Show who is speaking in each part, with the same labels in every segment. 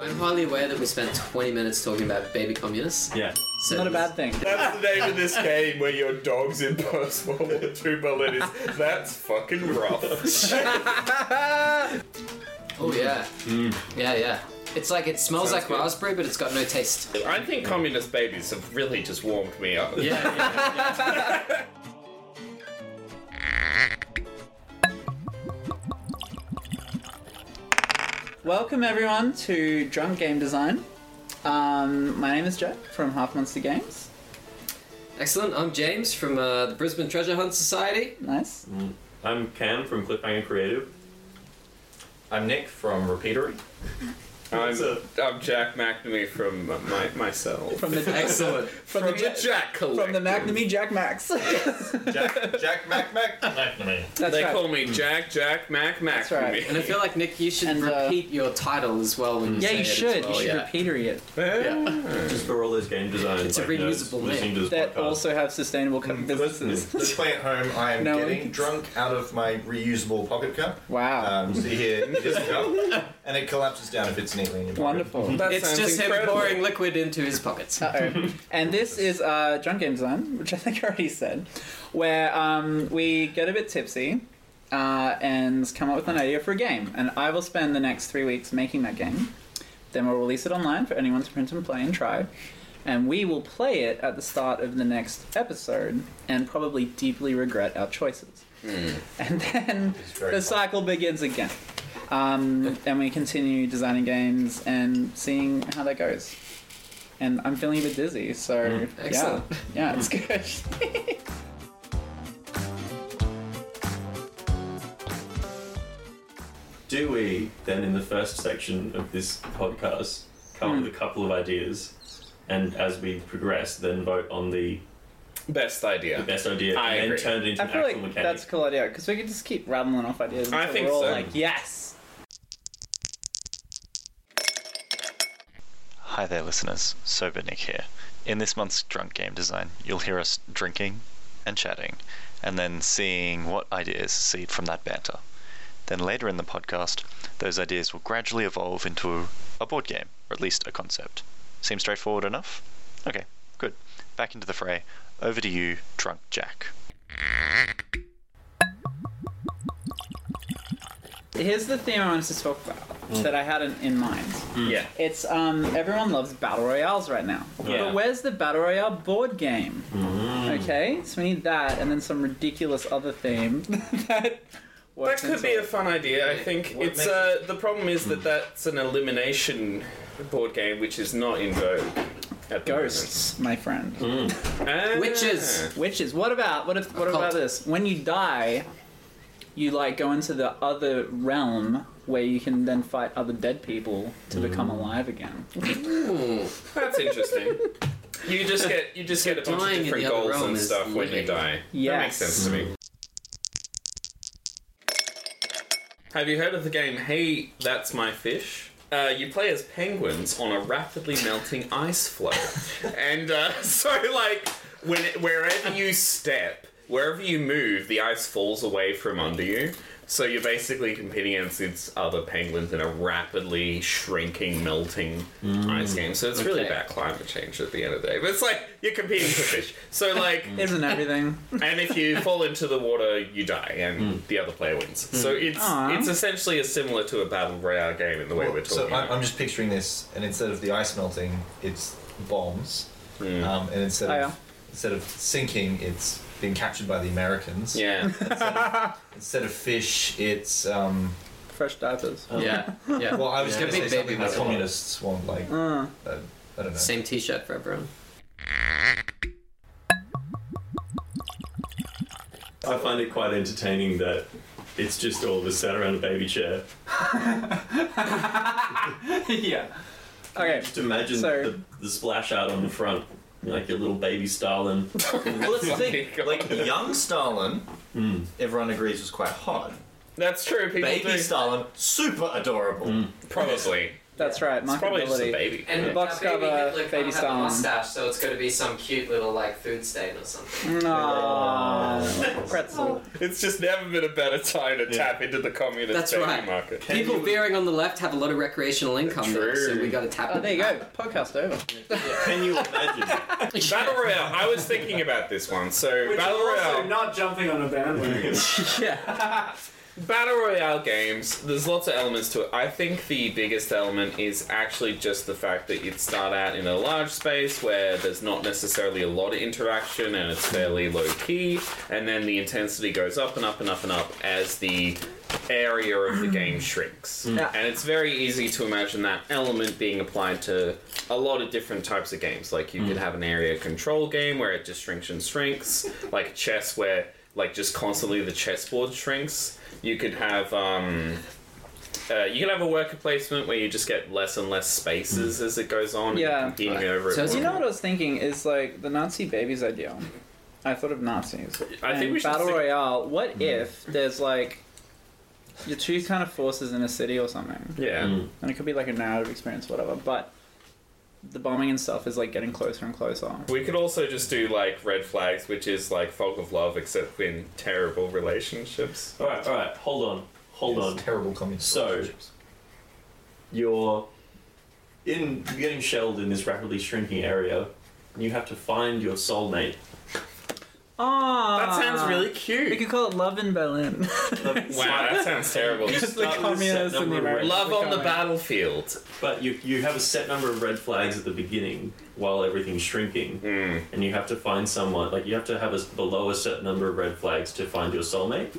Speaker 1: I'm hardly aware that we spent 20 minutes talking about baby communists.
Speaker 2: Yeah.
Speaker 1: So
Speaker 3: Not a bad thing.
Speaker 4: That's the name of this game where your dog's in post World War II Berlin. Is, that's fucking rough.
Speaker 1: Oh yeah. Yeah, yeah. It's like it smells like raspberry, but it's got no taste.
Speaker 4: I think communist babies have really just warmed me up.
Speaker 1: Yeah.
Speaker 3: Welcome everyone to Drunk Game Design. Um, my name is Jack from Half Monster Games.
Speaker 1: Excellent. I'm James from uh, the Brisbane Treasure Hunt Society.
Speaker 5: Mm.
Speaker 3: Nice.
Speaker 2: I'm Cam from Cliffhanger Creative.
Speaker 5: I'm Nick from Repeatery.
Speaker 4: I'm, I'm Jack McNamee from uh, my, myself.
Speaker 3: From the
Speaker 1: Excellent.
Speaker 3: from, the, Jack-
Speaker 4: Jack Collective.
Speaker 3: from the Magnum E, Jack Max. That's
Speaker 5: Jack, Jack, Mac, Mac.
Speaker 2: Definitely.
Speaker 4: They
Speaker 3: right.
Speaker 4: call me Jack, Jack, Mac, Mac.
Speaker 3: That's right.
Speaker 1: And I feel like Nick, you should
Speaker 3: And, uh,
Speaker 1: repeat your title as well when you
Speaker 3: yeah,
Speaker 1: say
Speaker 3: you
Speaker 1: it as
Speaker 3: should.
Speaker 1: well,
Speaker 3: you should
Speaker 1: yeah.
Speaker 3: repeatery it.
Speaker 2: Just for all those game designers.
Speaker 1: It's a
Speaker 2: like, nerds
Speaker 1: reusable name.
Speaker 2: listening to this
Speaker 3: That
Speaker 2: podcast.
Speaker 3: also have sustainable co- businesses.
Speaker 5: Let's, let's play it home. I am
Speaker 3: No one
Speaker 5: Mm. getting
Speaker 3: can-
Speaker 5: drunk out of my reusable pocket cup.
Speaker 3: Wow.
Speaker 5: Um, see here, it is a cup, and it collapses down if it's neatly in your pocket.
Speaker 3: Wonderful.
Speaker 4: That
Speaker 1: It's
Speaker 4: sounds
Speaker 1: just him
Speaker 4: incredible.
Speaker 1: pouring liquid into his pockets.
Speaker 3: Uh-oh. and this is uh, Drunk Game Design, which I think I already said, where um, we get a bit tipsy uh, and come up with an idea for a game. And I will spend the next three weeks making that game. Then we'll release it online for anyone to print and play and try. And we will play it at the start of the next episode and probably deeply regret our choices. And then the
Speaker 5: very fun.
Speaker 3: cycle begins again. Um, and we continue designing games and seeing how that goes. And I'm feeling a bit dizzy, so
Speaker 1: Excellent.
Speaker 3: yeah, yeah, it's good.
Speaker 2: Do we then, in the first section of this podcast, come
Speaker 3: Hmm.
Speaker 2: up with a couple of ideas, and as we progress, then vote on the
Speaker 4: Best idea.
Speaker 2: best idea,
Speaker 4: I
Speaker 2: and
Speaker 4: agree.
Speaker 2: then turn it into
Speaker 3: I
Speaker 2: an
Speaker 3: feel
Speaker 2: actual
Speaker 3: like
Speaker 2: mechanic?
Speaker 3: that's a cool idea because we could just keep rattling off ideas.
Speaker 4: I
Speaker 3: until
Speaker 4: think
Speaker 3: we're all
Speaker 4: so.
Speaker 3: like, yes.
Speaker 6: Hi there, listeners. Sober Nick here. In this month's Drunk Game Design, you'll hear us drinking and chatting, and then seeing what ideas seed from that banter. Then later in the podcast, those ideas will gradually evolve into a board game, or at least a concept. Seem straightforward enough? Okay, good. Back into the fray. Over to you, Drunk Jack.
Speaker 3: Here's the theme I wanted to talk about that I had in, in mind.
Speaker 4: Yeah.
Speaker 3: It's um everyone loves battle royales right now, but where's the battle royale board game? Okay, so we need that, and then some ridiculous other theme that.
Speaker 4: That
Speaker 3: works
Speaker 4: could
Speaker 3: into
Speaker 4: be a
Speaker 3: it.
Speaker 4: fun idea. I think
Speaker 5: What
Speaker 4: it's
Speaker 5: makes
Speaker 4: uh, the problem is that that's an elimination board game, which is not in vogue. At the
Speaker 3: ghosts, my friend.
Speaker 4: moment. Ah.
Speaker 1: Witches.
Speaker 3: Witches. What about what if what
Speaker 1: Occult.
Speaker 3: about this? When you die, you like go into the other realm where you can then fight other dead people to become
Speaker 4: Mm.
Speaker 3: alive again.
Speaker 4: That's interesting. You just get you just get a bunch
Speaker 1: dying
Speaker 4: of
Speaker 1: in
Speaker 4: different
Speaker 1: the other
Speaker 4: goals
Speaker 1: realm
Speaker 4: and
Speaker 1: is
Speaker 4: stuff when you
Speaker 1: living.
Speaker 4: die. That makes
Speaker 3: Yes.
Speaker 4: sense to me. Have you heard of the game Hey, That's My Fish? Uh, you play as penguins on a rapidly melting ice floe, and uh, so like when wherever you step, wherever you move, the ice falls away from under you. So you're basically competing against these other penguins in a rapidly shrinking, melting ice game. So it's really
Speaker 1: Okay.
Speaker 4: about climate change at the end of the day. But it's like you're competing for fish. So like
Speaker 3: Isn't everything?
Speaker 4: and if you fall into the water, you die, and
Speaker 5: Hmm.
Speaker 4: the other player wins. So it's
Speaker 3: Aw.
Speaker 4: it's essentially as similar to a battle royale game in the way we're talking.
Speaker 5: So I'm,
Speaker 4: about.
Speaker 5: I'm just picturing this, and instead of the ice melting, it's bombs, um, and instead
Speaker 3: Oh,
Speaker 5: of
Speaker 3: yeah.
Speaker 5: instead of sinking, it's being captured by the Americans.
Speaker 4: yeah,
Speaker 5: Instead of fish, it's um,
Speaker 3: Fresh diapers.
Speaker 1: Yeah. Yeah.
Speaker 5: well, I was
Speaker 1: Yeah.
Speaker 5: going
Speaker 1: A
Speaker 5: to
Speaker 1: big
Speaker 5: say
Speaker 1: baby
Speaker 5: something like
Speaker 1: bottle.
Speaker 7: Hmm.
Speaker 5: communists want, like uh, I don't know.
Speaker 1: Same T-shirt for everyone.
Speaker 2: I find it quite entertaining that it's just all of us sat around a baby chair.
Speaker 3: yeah. Okay.
Speaker 2: Just imagine
Speaker 3: So-
Speaker 2: the, the splash out on the front, like your little baby Stalin.
Speaker 5: Well, let's think. Like young Stalin, everyone agrees was quite hot.
Speaker 4: That's true. People
Speaker 5: Baby
Speaker 4: do
Speaker 5: Stalin, super adorable.
Speaker 4: probably.
Speaker 3: That's right.
Speaker 4: It's probably just a
Speaker 3: Marketability.
Speaker 4: baby.
Speaker 1: And
Speaker 4: yeah.
Speaker 1: uh,
Speaker 3: box
Speaker 1: baby
Speaker 3: cover,
Speaker 1: Hitler can't
Speaker 3: baby
Speaker 1: have a
Speaker 3: Stalin.
Speaker 1: mustache, so it's going to be some cute little like food stain or something.
Speaker 3: Aww. Ah, Pretzel.
Speaker 4: It's just never been a better time to tap into the communist
Speaker 1: That's
Speaker 4: baby
Speaker 1: right.
Speaker 4: market.
Speaker 1: People veering on the left have a lot of recreational income, though, so
Speaker 4: True.
Speaker 1: we got to tap
Speaker 3: Oh,
Speaker 1: into
Speaker 3: there you
Speaker 1: that.
Speaker 3: go. Podcast over.
Speaker 2: Can you imagine?
Speaker 4: Battle Royale. I was thinking about this one. So
Speaker 7: Which
Speaker 4: Battle
Speaker 7: are also
Speaker 4: Royale.
Speaker 7: not jumping on a bandwagon.
Speaker 4: Battle Royale games, there's lots of elements to it. I think the biggest element is actually just the fact that you'd start out in a large space where there's not necessarily a lot of interaction and it's fairly low key, and then the intensity goes up and up and up and up as the area of the game shrinks.
Speaker 3: Yeah.
Speaker 4: And it's very easy to imagine that element being applied to a lot of different types of games. Like you could have an area control game where it just shrinks and shrinks, like chess where like just constantly the chessboard shrinks. You could have um uh, you can have a worker placement where you just get less and less spaces as it goes on. and you're
Speaker 3: Yeah.
Speaker 4: competing over it.
Speaker 1: So it's-
Speaker 3: You know what I was thinking is like the Nazi baby's ideal. I thought of Nazis.
Speaker 4: I think
Speaker 3: And
Speaker 4: we should
Speaker 3: battle
Speaker 4: stick-
Speaker 3: royale. What
Speaker 4: Mm.
Speaker 3: if there's like your two kind of forces in a city or something,
Speaker 4: yeah, Mm.
Speaker 3: and it could be like a narrative experience, whatever. But the bombing and stuff is like getting closer and closer.
Speaker 4: we could also just do like red flags, which is like fog of love, except in terrible relationships.
Speaker 2: All right, all right, hold on, hold on.
Speaker 5: It's terrible communist
Speaker 2: So-
Speaker 5: relationships.
Speaker 2: You're in you're getting shelled in this rapidly shrinking area. and You have to find your soulmate.
Speaker 3: Ah,
Speaker 4: That sounds really cute.
Speaker 3: We could call it Love in Berlin.
Speaker 4: Wow, that sounds terrible.
Speaker 3: Just the
Speaker 2: Start with a
Speaker 3: communists
Speaker 2: set
Speaker 3: and
Speaker 2: number
Speaker 3: the
Speaker 2: of
Speaker 3: Americans.
Speaker 2: red-
Speaker 4: Love on the battlefield.
Speaker 2: But you you have a set number of red flags at the beginning while everything's shrinking, and you have to find someone. Like you have to have a s below a set number of red flags to find your soulmate.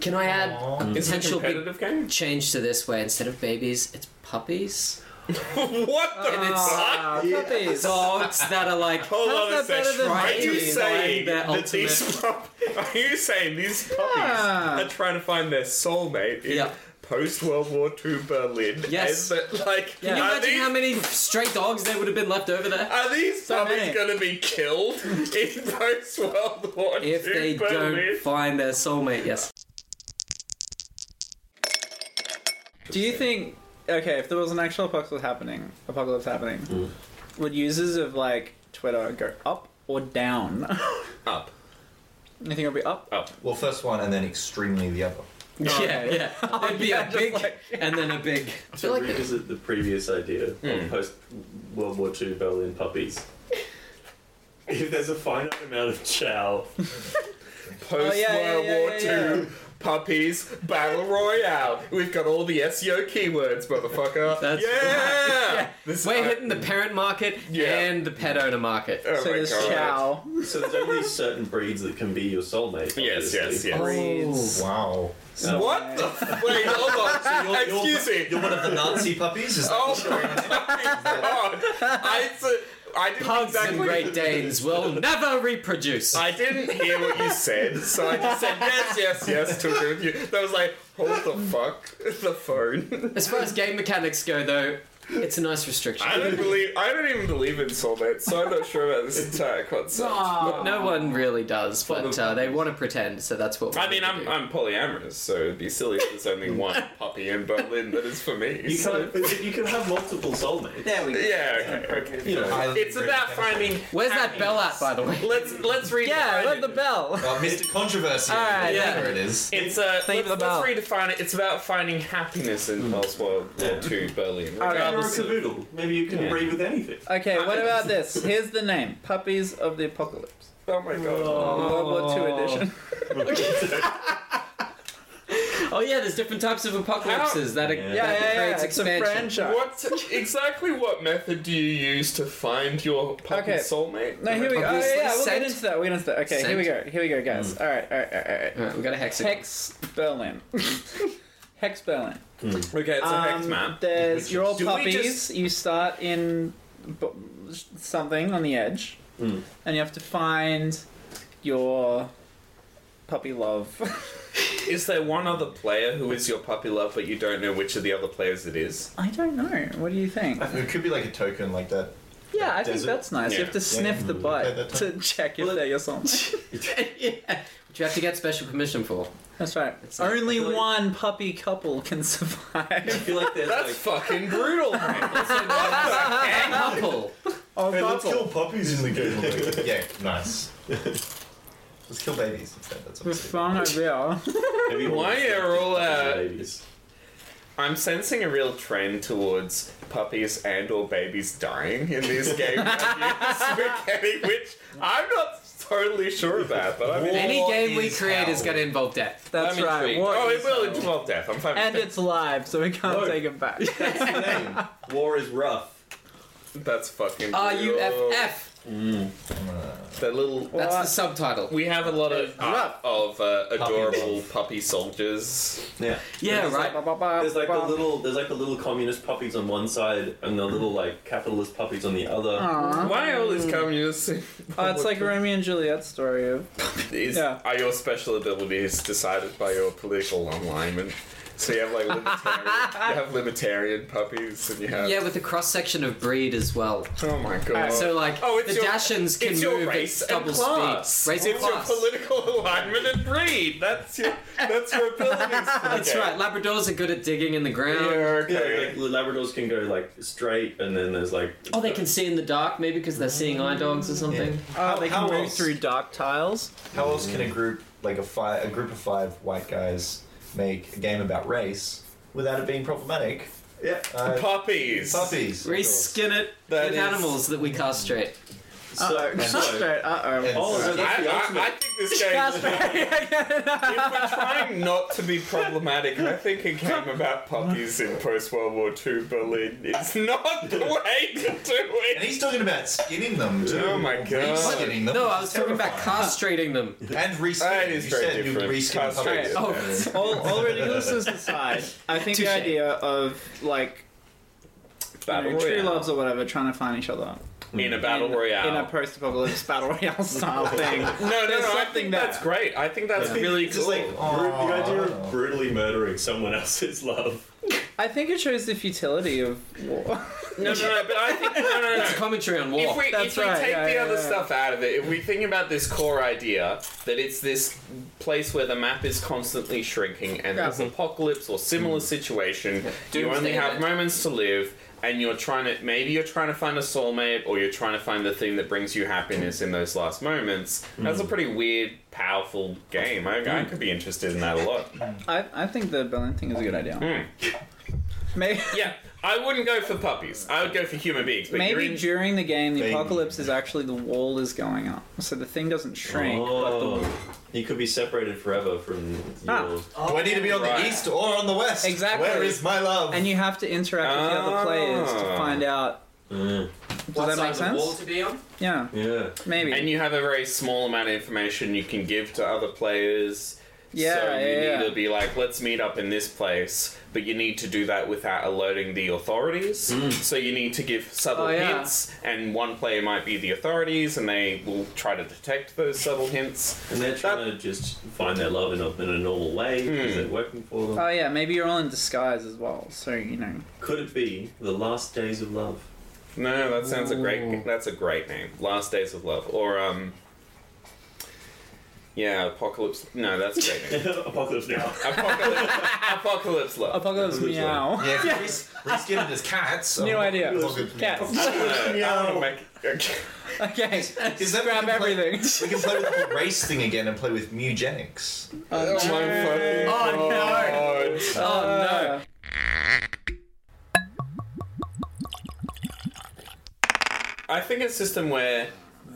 Speaker 1: Can I add a
Speaker 4: Is it a
Speaker 1: potential big
Speaker 4: competitive game?
Speaker 1: change to this where instead of babies, it's puppies?
Speaker 4: What the
Speaker 1: And it's
Speaker 3: Ah, puppies.
Speaker 1: dogs Oh, that are like.
Speaker 4: Hold
Speaker 3: How's
Speaker 4: on a
Speaker 3: that better
Speaker 4: second.
Speaker 3: than
Speaker 4: Are you
Speaker 1: babies?
Speaker 4: saying
Speaker 1: Like
Speaker 4: that
Speaker 1: their
Speaker 4: these pup- Are you saying these puppies
Speaker 3: Yeah.
Speaker 4: are trying to find their soulmate in
Speaker 1: Yeah.
Speaker 4: post World War II Berlin?
Speaker 1: Yes.
Speaker 4: And that, like,
Speaker 1: Can you
Speaker 4: are,
Speaker 1: imagine
Speaker 4: these,
Speaker 1: how many stray dogs there would have been left over there?
Speaker 4: are these
Speaker 3: So
Speaker 4: puppies
Speaker 3: many.
Speaker 4: going to be killed in post World War II
Speaker 1: If they
Speaker 4: Berlin?
Speaker 1: don't find their soulmate, yes.
Speaker 3: Do you think okay, if there was an actual apocalypse happening apocalypse happening, would users of like Twitter go up or down?
Speaker 4: Up.
Speaker 3: you think it'll be up?
Speaker 5: Well, first one and then extremely the other.
Speaker 1: Yeah, yeah. It'd be a big and then a big. I
Speaker 2: To
Speaker 1: feel like
Speaker 2: revisit the previous idea of post World War II Berlin puppies. If there's a finite amount of chow,
Speaker 4: Post World
Speaker 3: yeah, yeah, yeah,
Speaker 4: War
Speaker 3: yeah,
Speaker 4: II puppies battle royale. We've got all the SEO keywords, motherfucker.
Speaker 1: That's
Speaker 4: yeah. This-
Speaker 1: we're
Speaker 4: I-
Speaker 1: hitting the parent market
Speaker 4: Uh, Yeah.
Speaker 1: and the pet owner market.
Speaker 4: Oh
Speaker 3: So
Speaker 4: my
Speaker 3: there's
Speaker 4: God.
Speaker 3: chow.
Speaker 2: so there's only certain breeds that can be your soulmate.
Speaker 4: Yes, yes,
Speaker 2: obviously.
Speaker 4: yes.
Speaker 3: Breeds.
Speaker 5: Wow.
Speaker 4: What the? F- wait, hold on. Excuse me.
Speaker 5: You're one of the Nazi puppies? Is that
Speaker 4: Oh
Speaker 5: what you're-
Speaker 4: my god! I, it's a- I didn't
Speaker 1: Pugs and
Speaker 4: exactly.
Speaker 1: Great Danes will never reproduce.
Speaker 4: I didn't hear what you said, so I just said yes, yes, yes to agree with you. That was like, hold the fuck, the phone.
Speaker 1: As far as game mechanics go, though, it's a nice restriction.
Speaker 4: I don't believe. I don't even believe in soulmates, so I'm not sure about this entire concept.
Speaker 1: No one really does, but uh, they want to pretend, so that's what. we
Speaker 4: I
Speaker 1: need
Speaker 4: mean,
Speaker 1: to
Speaker 4: I'm
Speaker 1: do.
Speaker 4: I'm polyamorous, so it'd be silly if there's only one puppy in Berlin that is for me.
Speaker 2: You
Speaker 4: so-
Speaker 2: can, but you can have multiple soulmates.
Speaker 3: There we go.
Speaker 4: yeah, okay, okay.
Speaker 2: You know,
Speaker 4: It's about finding.
Speaker 1: Where's that bell at, by the way?
Speaker 4: Let's let's read.
Speaker 3: Yeah,
Speaker 4: define
Speaker 3: love
Speaker 4: it.
Speaker 3: the bell.
Speaker 5: Oh, Mr. Controversy.
Speaker 3: All right,
Speaker 1: yeah.
Speaker 5: There it is.
Speaker 4: It's uh,
Speaker 3: Think
Speaker 4: let's, let's
Speaker 3: about-
Speaker 4: redefine it. It's about finding happiness in Pulse World War II Berlin.
Speaker 3: Oh,
Speaker 2: You're a
Speaker 4: Regardless of,
Speaker 2: cavoodle. Maybe you can breed with anything.
Speaker 3: Okay, what about this? Here's the name. Puppies of the Apocalypse.
Speaker 4: oh my god.
Speaker 3: World War II edition.
Speaker 1: Oh yeah, there's different types of apocalypses that are,
Speaker 2: Yeah.
Speaker 1: that
Speaker 3: Yeah, yeah, yeah.
Speaker 1: creates
Speaker 3: It's a
Speaker 1: expansion.
Speaker 3: franchise.
Speaker 4: What exactly? What method do you use to find your puppy
Speaker 3: Okay.
Speaker 4: soulmate?
Speaker 3: No, here we go. Oh,
Speaker 1: Obviously,
Speaker 3: yeah, we'll get
Speaker 1: scent.
Speaker 3: into that. We'll get into that. Okay, here we go. Here we go, guys. All right, all right, all right, all right.
Speaker 1: All right, we got a hexagon.
Speaker 3: Hex Berlin. Hex Berlin.
Speaker 4: Okay, it's a hex
Speaker 3: Um,
Speaker 4: map.
Speaker 3: There's you're all
Speaker 4: Do we
Speaker 3: puppies.
Speaker 4: just-
Speaker 3: You start in b- something on the edge, and you have to find your puppy love.
Speaker 4: Is there one other player who is your puppy love, but you don't know which of the other players it is?
Speaker 3: I don't know. What do you think?
Speaker 5: It could be like a token like that.
Speaker 3: Yeah, I think
Speaker 5: Desert.
Speaker 3: that's nice. You have
Speaker 4: Yeah.
Speaker 3: to sniff the
Speaker 5: Okay,
Speaker 3: butt
Speaker 5: that's
Speaker 3: to check if they're your soulmate.
Speaker 1: Which you have to get special permission for.
Speaker 3: That's right.
Speaker 1: not-
Speaker 3: Only
Speaker 2: I feel like-
Speaker 3: one puppy couple can
Speaker 2: I
Speaker 3: survive.
Speaker 2: feel like there's
Speaker 4: That's
Speaker 2: like
Speaker 4: fucking brutal. man.
Speaker 1: Couple.
Speaker 3: Oh,
Speaker 7: Hey, let's kill puppies in the game.
Speaker 5: yeah, nice. Let's kill babies instead. That's what I'm saying.
Speaker 3: Fun idea.
Speaker 2: maybe
Speaker 4: Why are all uh,
Speaker 2: babies.
Speaker 4: I'm sensing a real trend towards puppies and or babies dying in these game reviews we're getting, which I'm not totally sure about, but I mean,
Speaker 1: Any
Speaker 5: War
Speaker 1: game we
Speaker 5: is
Speaker 1: create is
Speaker 5: hell.
Speaker 1: going to involve death.
Speaker 3: That's
Speaker 4: I'm
Speaker 3: right.
Speaker 4: intrigued.
Speaker 3: War
Speaker 4: oh,
Speaker 3: is-
Speaker 4: it will involve death. I'm fine.
Speaker 3: and
Speaker 4: with
Speaker 3: it's live, so we can't take it back.
Speaker 2: War is rough.
Speaker 4: that. that's fucking.
Speaker 1: R U F
Speaker 4: brutal.
Speaker 1: F.
Speaker 4: The little.
Speaker 1: That's the subtitle.
Speaker 4: We have a lot of art of uh, adorable
Speaker 5: love.
Speaker 4: puppy soldiers.
Speaker 2: Yeah.
Speaker 1: Yeah, right.
Speaker 2: There's like the little there's like the little communist puppies on one side and the little like capitalist puppies on the other.
Speaker 4: Why are all these communists?
Speaker 3: Oh, it's like Romeo and Juliet story of oh,
Speaker 4: Is,
Speaker 3: Yeah.
Speaker 4: Are your special abilities decided by your political alignment? So you have like libertarian, you have libertarian puppies, and you have
Speaker 1: Yeah, with a cross section of breed as well.
Speaker 4: oh my god.
Speaker 1: Uh, So like
Speaker 4: oh, it's
Speaker 1: the
Speaker 4: your,
Speaker 1: Dashans can
Speaker 4: it's your
Speaker 1: move
Speaker 4: race
Speaker 1: at double
Speaker 4: and class.
Speaker 1: speed. Race and
Speaker 4: it's
Speaker 1: class.
Speaker 4: your political alignment and breed. That's your that's your abilities.
Speaker 1: That's right. Labradors are good at digging in the ground.
Speaker 2: Yeah,
Speaker 4: Yeah, okay.
Speaker 2: like Labradors can go like straight, and then there's like
Speaker 1: Oh, they can see in the dark, maybe because they're seeing eye dogs or something.
Speaker 3: oh, they
Speaker 5: how
Speaker 3: can move
Speaker 5: else?
Speaker 3: through dark tiles.
Speaker 5: How else can a group like a fi- a group of five white guys make a game about race without it being problematic?
Speaker 2: yeah.
Speaker 5: Uh,
Speaker 4: Puppies.
Speaker 5: puppies. of course.
Speaker 1: Reskin it
Speaker 4: That
Speaker 1: with
Speaker 4: is-
Speaker 1: animals that we castrate.
Speaker 2: So, so,
Speaker 3: Straight. Uh oh.
Speaker 2: oh, so
Speaker 5: And-
Speaker 2: that's
Speaker 4: I,
Speaker 2: the
Speaker 4: I, I
Speaker 2: ultimate.
Speaker 4: think this game. if we're trying not to be problematic, I think a game about puppies in post World War II Berlin is not the way to do it.
Speaker 5: And he's talking about skinning them too.
Speaker 4: Oh my god.
Speaker 5: Skinning them.
Speaker 1: No, I
Speaker 5: It's
Speaker 1: was talking about
Speaker 5: terrifying.
Speaker 1: castrating them.
Speaker 5: And
Speaker 4: That
Speaker 5: reskinning.
Speaker 4: is
Speaker 5: You
Speaker 4: very
Speaker 5: said you
Speaker 4: different.
Speaker 5: reskin
Speaker 4: Castrated.
Speaker 5: puppies.
Speaker 1: Oh,
Speaker 3: all, all ridiculousness aside, I think
Speaker 1: Touche.
Speaker 3: the idea of like you know, true loves or whatever trying to find each other
Speaker 4: In a battle
Speaker 3: in,
Speaker 4: royale.
Speaker 3: in a post-apocalypse battle royale style thing.
Speaker 4: no, no, no.
Speaker 3: there's
Speaker 4: I
Speaker 3: something
Speaker 4: think
Speaker 3: there.
Speaker 4: that's great. I think that's really
Speaker 2: It's just
Speaker 4: cool.
Speaker 2: like bru- the idea of brutally murdering someone else's love.
Speaker 3: I think it shows the futility of war.
Speaker 4: no, no, no. But I think no, no, no.
Speaker 1: It's a commentary on
Speaker 4: if
Speaker 1: war.
Speaker 4: we,
Speaker 3: That's
Speaker 4: if we
Speaker 3: right,
Speaker 4: take
Speaker 3: yeah,
Speaker 4: the
Speaker 3: yeah,
Speaker 4: other
Speaker 3: yeah.
Speaker 4: stuff out of it, if we think about this core idea that it's this place where the map is constantly shrinking and there's an apocalypse or similar situation, you
Speaker 1: Doomsday
Speaker 4: only have
Speaker 1: event.
Speaker 4: moments to live. And you're trying to, maybe you're trying to find a soulmate or you're trying to find the thing that brings you happiness in those last moments. That's a pretty weird, powerful game. I, I could be interested in that a lot. Hmm.
Speaker 3: I, I think the Berlin thing is a good idea.
Speaker 4: Mm.
Speaker 3: Maybe,
Speaker 4: Yeah, I wouldn't go for puppies. I would go for human beings. But you're
Speaker 3: maybe
Speaker 4: in,
Speaker 3: during the game, the
Speaker 5: Thing.
Speaker 3: apocalypse is actually the wall is going up, so the thing doesn't shrink.
Speaker 2: Oh, you could be separated forever from
Speaker 3: Ah.
Speaker 2: your.
Speaker 5: Do I need to be on
Speaker 4: Right.
Speaker 5: the east or on the west?
Speaker 3: Exactly.
Speaker 5: Where is my love?
Speaker 3: And you have to interact with the other players to
Speaker 4: Ah. Mm.
Speaker 3: find out. Does that make sense?
Speaker 1: to be on?
Speaker 3: Yeah,
Speaker 2: Yeah.
Speaker 3: maybe.
Speaker 4: And you have a very small amount of information you can give to other players.
Speaker 3: Yeah,
Speaker 4: so you
Speaker 3: yeah,
Speaker 4: need
Speaker 3: yeah.
Speaker 4: to be like, let's meet up in this place, but you need to do that without alerting the authorities. So you need to give subtle
Speaker 1: Oh, yeah.
Speaker 4: hints, and one player might be the authorities, and they will try to detect those subtle hints.
Speaker 2: And they're trying to just find their love in a, in a normal way because they're working for them.
Speaker 3: Oh yeah, maybe you're all in disguise as well, so you know.
Speaker 2: Could it be the last days of love?
Speaker 4: No, that sounds a great. That's a great name. Last Days of Love, or um, yeah, Apocalypse. No, that's a great name.
Speaker 2: Apocalypse now.
Speaker 4: Apocalypse, Apocalypse Love.
Speaker 3: Apocalypse meow.
Speaker 5: yeah, if you res- reskin it as cats. so-
Speaker 3: New idea.
Speaker 5: It's all good for me.
Speaker 3: Cats.
Speaker 4: I wanna make- okay.
Speaker 3: okay.
Speaker 5: Is that we
Speaker 3: Grab
Speaker 5: can play-
Speaker 3: everything.
Speaker 5: We can play with the race thing again and play with mugenics.
Speaker 4: Oh my fucking god.
Speaker 1: Oh
Speaker 4: I think a system where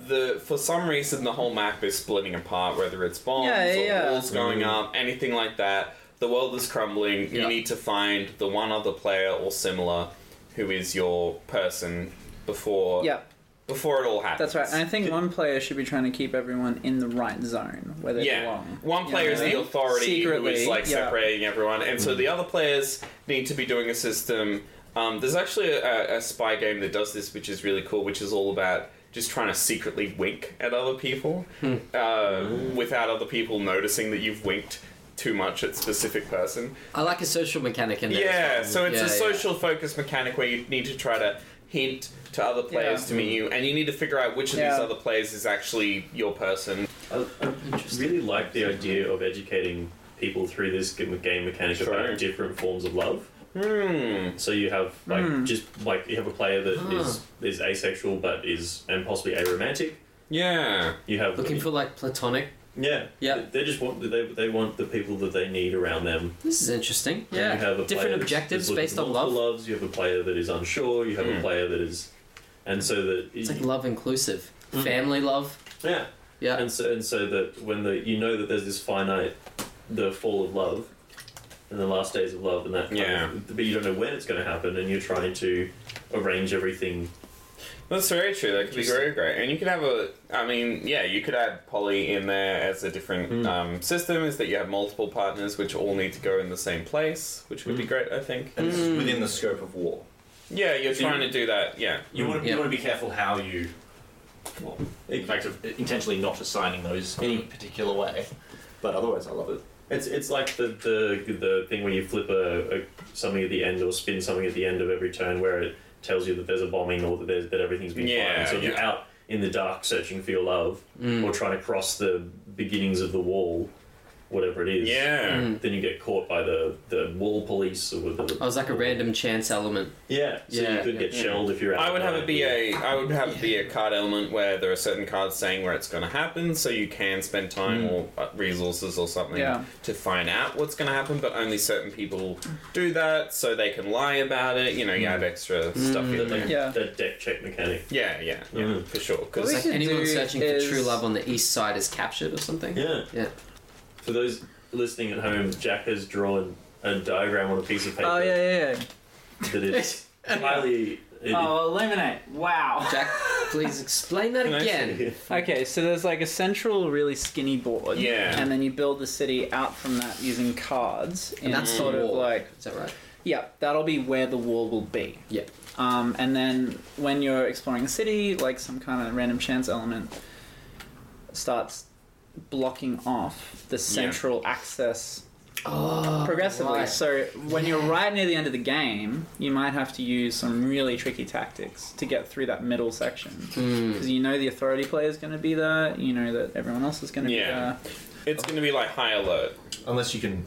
Speaker 4: the for some reason the whole map is splitting apart, whether it's bombs
Speaker 3: Yeah, yeah,
Speaker 4: or
Speaker 3: yeah.
Speaker 4: walls going up, anything like that. The world is crumbling. You
Speaker 1: Yeah.
Speaker 4: need to find the one other player or similar who is your person before
Speaker 3: Yeah.
Speaker 4: before it all happens.
Speaker 3: That's right. And I think one player should be trying to keep everyone in the right zone where they
Speaker 4: yeah,
Speaker 3: belong.
Speaker 4: one
Speaker 3: You
Speaker 4: player
Speaker 3: know
Speaker 4: is
Speaker 3: what I
Speaker 4: the
Speaker 3: mean?
Speaker 4: authority
Speaker 3: Secretly,
Speaker 4: who is like
Speaker 3: yeah.
Speaker 4: separating everyone, and so the other players need to be doing a system. Um, there's actually a, a spy game that does this, which is really cool, which is all about just trying to secretly wink at other people
Speaker 3: Hmm.
Speaker 4: uh, without other people noticing that you've winked too much at specific person.
Speaker 1: I like a social mechanic in there.
Speaker 4: Yeah,
Speaker 1: as
Speaker 4: so
Speaker 1: well.
Speaker 4: it's
Speaker 1: Yeah,
Speaker 4: a
Speaker 1: yeah.
Speaker 4: social focus mechanic where you need to try to hint to other players
Speaker 3: Yeah. Hmm.
Speaker 4: to meet you, and you need to figure out which of
Speaker 3: Yeah.
Speaker 4: these other players is actually your person.
Speaker 2: I, I really like the idea of educating people through this game game mechanic
Speaker 4: Sure.
Speaker 2: about different forms of love.
Speaker 4: Hmm.
Speaker 2: So you have like
Speaker 3: Hmm.
Speaker 2: just like you have a player that is is asexual but is and possibly aromantic.
Speaker 4: Yeah.
Speaker 2: You have
Speaker 1: Looking for like platonic.
Speaker 2: yeah
Speaker 1: Yeah.
Speaker 2: They just want they, they want the people that they need around them.
Speaker 1: This is interesting. Yeah.
Speaker 2: You have a player
Speaker 1: Different
Speaker 2: that's-
Speaker 1: objectives
Speaker 2: that's looking
Speaker 1: based
Speaker 2: for
Speaker 1: on love.
Speaker 2: multiple Loves. You have a player that is unsure. You have a player that is, and so that
Speaker 1: It's like love inclusive. Family love.
Speaker 2: yeah,
Speaker 1: Yeah.
Speaker 2: and so and so that when the you know that there's this finite, the fall of love, and the last days of love, and that kind
Speaker 4: Yeah.
Speaker 2: of- but you don't know when it's going to happen, and you're trying to arrange everything.
Speaker 4: That's very true. That could be very great, and you could have a. I mean, yeah, you could add poly in there as a different um, system. Is that you have multiple partners which all need to go in the same place, which would be great. I think.
Speaker 8: And this is within the scope of war.
Speaker 4: Yeah, you're trying to do that. Yeah.
Speaker 8: You want to
Speaker 1: Yeah.
Speaker 8: you want to be careful how you, well, in fact, of intentionally not assigning those any particular way. But otherwise, I love it.
Speaker 2: It's it's like the the, the thing where you flip a, a something at the end or spin something at the end of every turn where it tells you that there's a bombing or that there's, that everything's been
Speaker 4: Yeah,
Speaker 2: fired. So if you're
Speaker 4: yeah.
Speaker 2: out in the dark searching for your love
Speaker 1: Mm.
Speaker 2: or trying to cross the beginnings of the wall, whatever it is.
Speaker 4: Yeah.
Speaker 2: Then you get caught by the, the wall police or the.
Speaker 1: I was like a random chance element.
Speaker 2: Yeah. So
Speaker 1: Yeah,
Speaker 2: you could
Speaker 1: yeah.
Speaker 2: get shelled if you're out.
Speaker 4: I would have it be
Speaker 2: there.
Speaker 4: a I would have it be a card element where there are certain cards saying where it's going to happen, so you can spend time or uh, resources or something
Speaker 3: Yeah.
Speaker 4: to find out what's going to happen. But only certain people do that, so they can lie about it. You know, you have extra stuff in there.
Speaker 3: Yeah.
Speaker 2: The deck check mechanic.
Speaker 4: Yeah, yeah, yeah,
Speaker 2: Mm.
Speaker 4: for sure.
Speaker 3: Well,
Speaker 4: Because
Speaker 3: we
Speaker 1: Like
Speaker 3: should
Speaker 1: anyone
Speaker 3: do
Speaker 1: searching
Speaker 3: is-
Speaker 1: for true love on the east side is captured or something.
Speaker 2: Yeah.
Speaker 1: Yeah.
Speaker 2: For those listening at home, Jack has drawn a diagram on a piece of paper
Speaker 3: Oh yeah, yeah, yeah.
Speaker 2: that is highly. it-
Speaker 3: Oh, eliminate! Wow.
Speaker 1: Jack, please explain that
Speaker 4: I
Speaker 1: again.
Speaker 3: Okay, so there's like a central, really skinny board.
Speaker 4: Yeah.
Speaker 3: And then you build the city out from that using cards. And
Speaker 1: that's the
Speaker 3: sort of
Speaker 1: wall.
Speaker 3: like,
Speaker 1: Is that right?
Speaker 3: yeah, that'll be where the wall will be.
Speaker 1: Yeah.
Speaker 3: Um, and then when you're exploring the city, like some kind of random chance element starts blocking off the central access Oh. progressively.
Speaker 1: Oh, right.
Speaker 3: So when you're right near the end of the game, you might have to use some really tricky tactics to get through that middle section
Speaker 1: Hmm.
Speaker 3: because you know the authority player is going to be there, you know that everyone else is going to
Speaker 4: Yeah.
Speaker 3: be there.
Speaker 4: it's going to be like high alert.
Speaker 5: Unless you can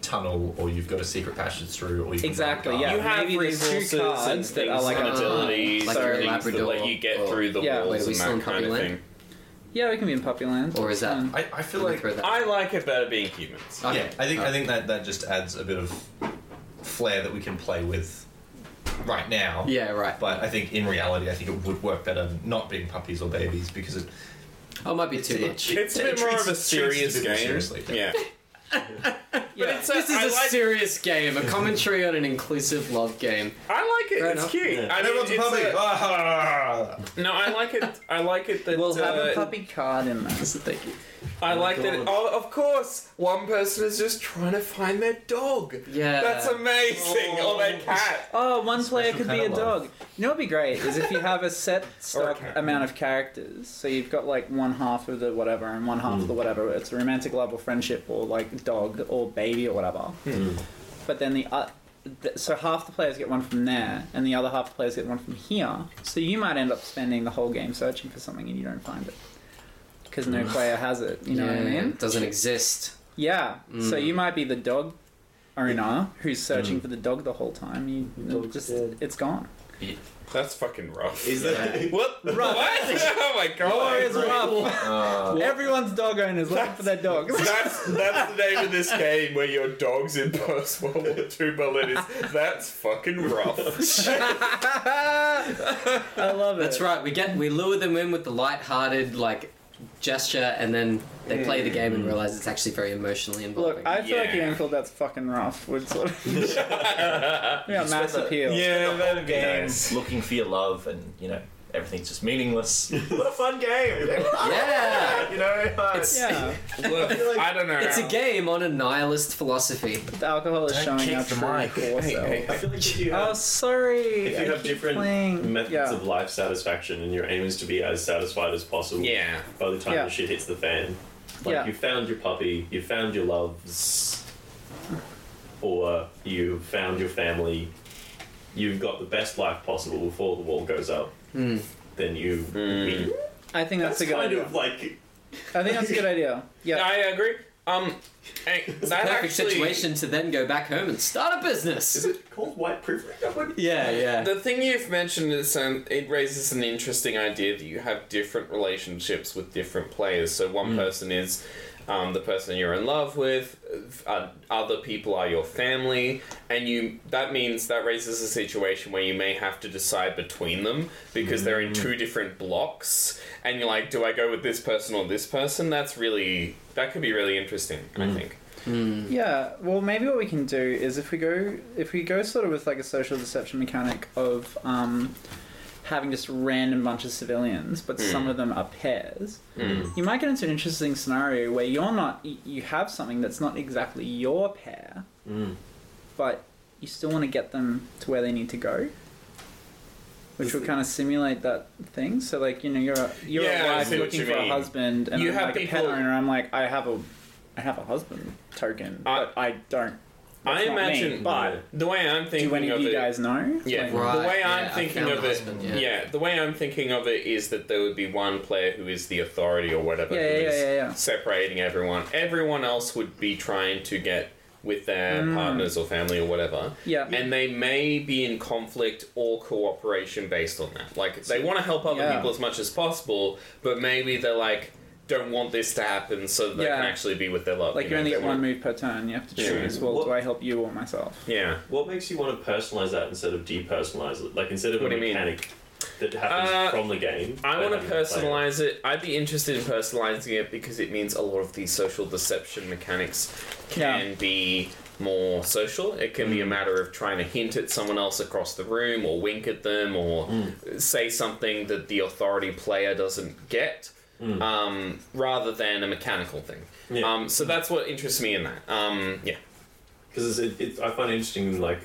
Speaker 5: tunnel, or you've got a secret passage through, or you can
Speaker 3: Exactly. Yeah.
Speaker 4: You have
Speaker 3: Maybe there's two
Speaker 4: resources
Speaker 3: cards
Speaker 4: and
Speaker 3: that are
Speaker 4: things
Speaker 3: like
Speaker 4: and
Speaker 3: a-
Speaker 4: abilities,
Speaker 1: like
Speaker 4: and
Speaker 1: your
Speaker 4: things that
Speaker 1: Labrador
Speaker 4: let you get
Speaker 1: or-
Speaker 4: through the
Speaker 3: Yeah.
Speaker 4: walls
Speaker 1: Wait, are we still
Speaker 4: and
Speaker 1: in
Speaker 4: that kind of
Speaker 1: Copyland?
Speaker 4: thing.
Speaker 3: Yeah, we can be in Um, Puppy Land.
Speaker 1: Or is that-
Speaker 3: Fine.
Speaker 5: I, I feel
Speaker 1: Let me
Speaker 5: like
Speaker 1: throw that.
Speaker 4: I like it better being humans.
Speaker 1: Okay.
Speaker 5: yeah. I think I
Speaker 1: Alright.
Speaker 5: think that that just adds a bit of flair that we can play with right now.
Speaker 1: Yeah, right.
Speaker 5: But I think in reality, I think it would work better not being puppies or babies because it
Speaker 1: Oh, it might be too much.
Speaker 4: It's a
Speaker 5: it
Speaker 4: bit more
Speaker 5: treats-
Speaker 4: of a
Speaker 5: treats it a
Speaker 4: serious
Speaker 5: bit more
Speaker 4: game.
Speaker 5: seriously.
Speaker 4: Yeah.
Speaker 3: Yeah.
Speaker 4: it's a-
Speaker 1: This is
Speaker 4: I
Speaker 1: a
Speaker 4: like-
Speaker 1: serious game, a commentary on an inclusive love game.
Speaker 4: I like it.
Speaker 1: Fair
Speaker 4: it's
Speaker 1: enough.
Speaker 4: cute.
Speaker 2: Yeah.
Speaker 4: I mean,
Speaker 5: Everyone's a
Speaker 4: it's
Speaker 5: puppy.
Speaker 4: a-
Speaker 5: Ah!
Speaker 4: No, I like it. I like it that
Speaker 3: We'll have a
Speaker 4: uh,
Speaker 3: puppy card in there.
Speaker 1: Thank you.
Speaker 4: I like
Speaker 2: God.
Speaker 4: that. Oh, of course, one person is just trying to find their dog.
Speaker 1: Yeah.
Speaker 4: that's amazing. Or their cat.
Speaker 3: Oh, one player could be
Speaker 5: kind
Speaker 3: a
Speaker 5: of love.
Speaker 3: dog. You know what'd be great is if you have a set stock
Speaker 4: cat.
Speaker 3: amount of characters. So you've got like one half of the whatever and one half of the whatever. It's a romantic love or friendship or like dog or baby or whatever. But then the uh, th- so half the players get one from there and the other half the players get one from here. So you might end up spending the whole game searching for something and you don't find it. Because no player has it, you know what I
Speaker 1: Yeah,
Speaker 3: mean?
Speaker 1: It doesn't exist.
Speaker 3: Yeah. So you might be the dog owner who's searching for the dog the whole time. You
Speaker 2: dog's
Speaker 3: just
Speaker 2: dead.
Speaker 3: it's gone.
Speaker 4: That's fucking rough.
Speaker 2: Is that
Speaker 4: what? What? Oh my god.
Speaker 3: Everyone's dog owners looking for their dogs.
Speaker 4: That's that's the name of this game where your dog's in post World War II Berlin. Is that's fucking rough.
Speaker 3: I love it.
Speaker 1: That's right. We get we lure them in with the light-hearted like gesture, and then they play the game and realize it's actually very emotionally involving.
Speaker 3: Mm. Look, I feel like
Speaker 4: Yeah.
Speaker 3: Ian called that's fucking rough. Would sort of yeah, mass appeal.
Speaker 4: Yeah, that game.
Speaker 8: Looking for your love, and you know, everything's just meaningless. what a fun game!
Speaker 1: Yeah.
Speaker 8: you know, uh,
Speaker 3: Yeah.
Speaker 4: Look, I don't know.
Speaker 1: It's a game on a nihilist philosophy.
Speaker 3: The alcohol is showing
Speaker 8: kick
Speaker 3: up
Speaker 8: the
Speaker 3: through
Speaker 8: mic.
Speaker 3: core
Speaker 4: Hey,
Speaker 3: cell.
Speaker 4: hey,
Speaker 2: I feel like if you
Speaker 3: Oh,
Speaker 2: have,
Speaker 3: sorry.
Speaker 2: if
Speaker 3: I
Speaker 2: you have
Speaker 3: keep
Speaker 2: different
Speaker 3: playing.
Speaker 2: methods
Speaker 3: yeah.
Speaker 2: of life satisfaction and your aim is to be as satisfied as possible
Speaker 4: Yeah.
Speaker 2: by the time
Speaker 3: Yeah.
Speaker 2: the shit hits the fan, like
Speaker 3: Yeah.
Speaker 2: you found your puppy, you found your loves, or you found your family, you've got the best life possible before the wall goes up, then you win.
Speaker 3: I think that's,
Speaker 2: That's
Speaker 3: a good
Speaker 2: kind
Speaker 3: idea.
Speaker 2: of like.
Speaker 3: I think that's a good idea. Yeah.
Speaker 4: I agree. Um, hey, that
Speaker 1: Perfect
Speaker 4: actually,
Speaker 1: situation to then go back home and start a business.
Speaker 2: Is it called white privilege? I wouldn't-
Speaker 1: Yeah, yeah.
Speaker 4: The thing you've mentioned is um, it raises an interesting idea that you have different relationships with different players. So
Speaker 3: Hmm.
Speaker 4: one person is um, the person you're in love with. Uh, other people are your family, and you. That means that raises a situation where you may have to decide between them because they're
Speaker 3: Hmm.
Speaker 4: in two different blocks, and you're like, do I go with this person or this person? That's really that could be really interesting.
Speaker 3: Hmm.
Speaker 4: I think.
Speaker 3: Yeah. Well, maybe what we can do is if we go if we go sort of with like a social deception mechanic of um, having just random bunch of civilians, but some
Speaker 4: Hmm.
Speaker 3: of them are pairs. You might get into an interesting scenario where you're not y- you have something that's not exactly your pair,
Speaker 4: Hmm.
Speaker 3: but you still want to get them to where they need to go. Which will kind of simulate that thing. So, like, you know, you're a, you're
Speaker 4: Yeah, I
Speaker 3: a wife
Speaker 4: see what
Speaker 3: looking
Speaker 4: you
Speaker 3: for a
Speaker 4: mean.
Speaker 3: husband, and
Speaker 4: You
Speaker 3: I'm
Speaker 4: have
Speaker 3: like a pet
Speaker 4: people-
Speaker 3: owner. I'm like, I have a I have a husband token,
Speaker 4: I-
Speaker 3: but I don't.
Speaker 4: I
Speaker 3: That's not me,
Speaker 4: imagine,
Speaker 3: but-
Speaker 4: the way I'm thinking
Speaker 3: Do any of
Speaker 4: of
Speaker 3: you
Speaker 4: it,
Speaker 3: guys know?
Speaker 4: Yeah,
Speaker 3: Like,
Speaker 1: Right,
Speaker 4: the way
Speaker 1: yeah,
Speaker 4: I'm
Speaker 1: I
Speaker 4: thinking
Speaker 1: found
Speaker 4: of
Speaker 1: the
Speaker 4: it,
Speaker 1: husband, yeah.
Speaker 4: yeah. the way I'm thinking of it is that there would be one player who is the authority or whatever,
Speaker 3: Yeah,
Speaker 4: who
Speaker 3: yeah,
Speaker 4: is
Speaker 3: yeah, yeah.
Speaker 4: separating everyone. Everyone else would be trying to get with their partners or family or whatever.
Speaker 3: Mm. Yeah.
Speaker 4: and they may be in conflict or cooperation based on that. Like they want to help other
Speaker 3: Yeah.
Speaker 4: people as much as possible, but maybe they're like don't want this to happen so that they
Speaker 3: Yeah.
Speaker 4: can actually be with their love.
Speaker 3: like
Speaker 4: you
Speaker 3: you
Speaker 4: know,
Speaker 3: only
Speaker 4: they
Speaker 3: get
Speaker 4: want-
Speaker 3: one move per turn. You have to
Speaker 4: Yeah.
Speaker 3: choose. Well,
Speaker 2: What-
Speaker 3: do I help you or myself?
Speaker 4: Yeah.
Speaker 2: What makes you want to personalize that instead of depersonalize it? Like instead of
Speaker 4: What
Speaker 2: a
Speaker 4: do you mean?
Speaker 2: mechanic that happens
Speaker 4: Uh,
Speaker 2: from the game.
Speaker 4: I
Speaker 2: but
Speaker 4: want to
Speaker 2: having the player-
Speaker 4: personalize it. I'd be interested in personalizing it because it means a lot of the social deception mechanics can
Speaker 3: Yeah.
Speaker 4: be more social. It can
Speaker 2: Mm.
Speaker 4: be a matter of trying to hint at someone else across the room or wink at them or
Speaker 2: Mm.
Speaker 4: say something that the authority player doesn't get um, rather than a mechanical thing.
Speaker 2: Mm. Yeah.
Speaker 4: Um, so that's what interests me in that. Um, yeah.
Speaker 2: because it, it, I find it interesting like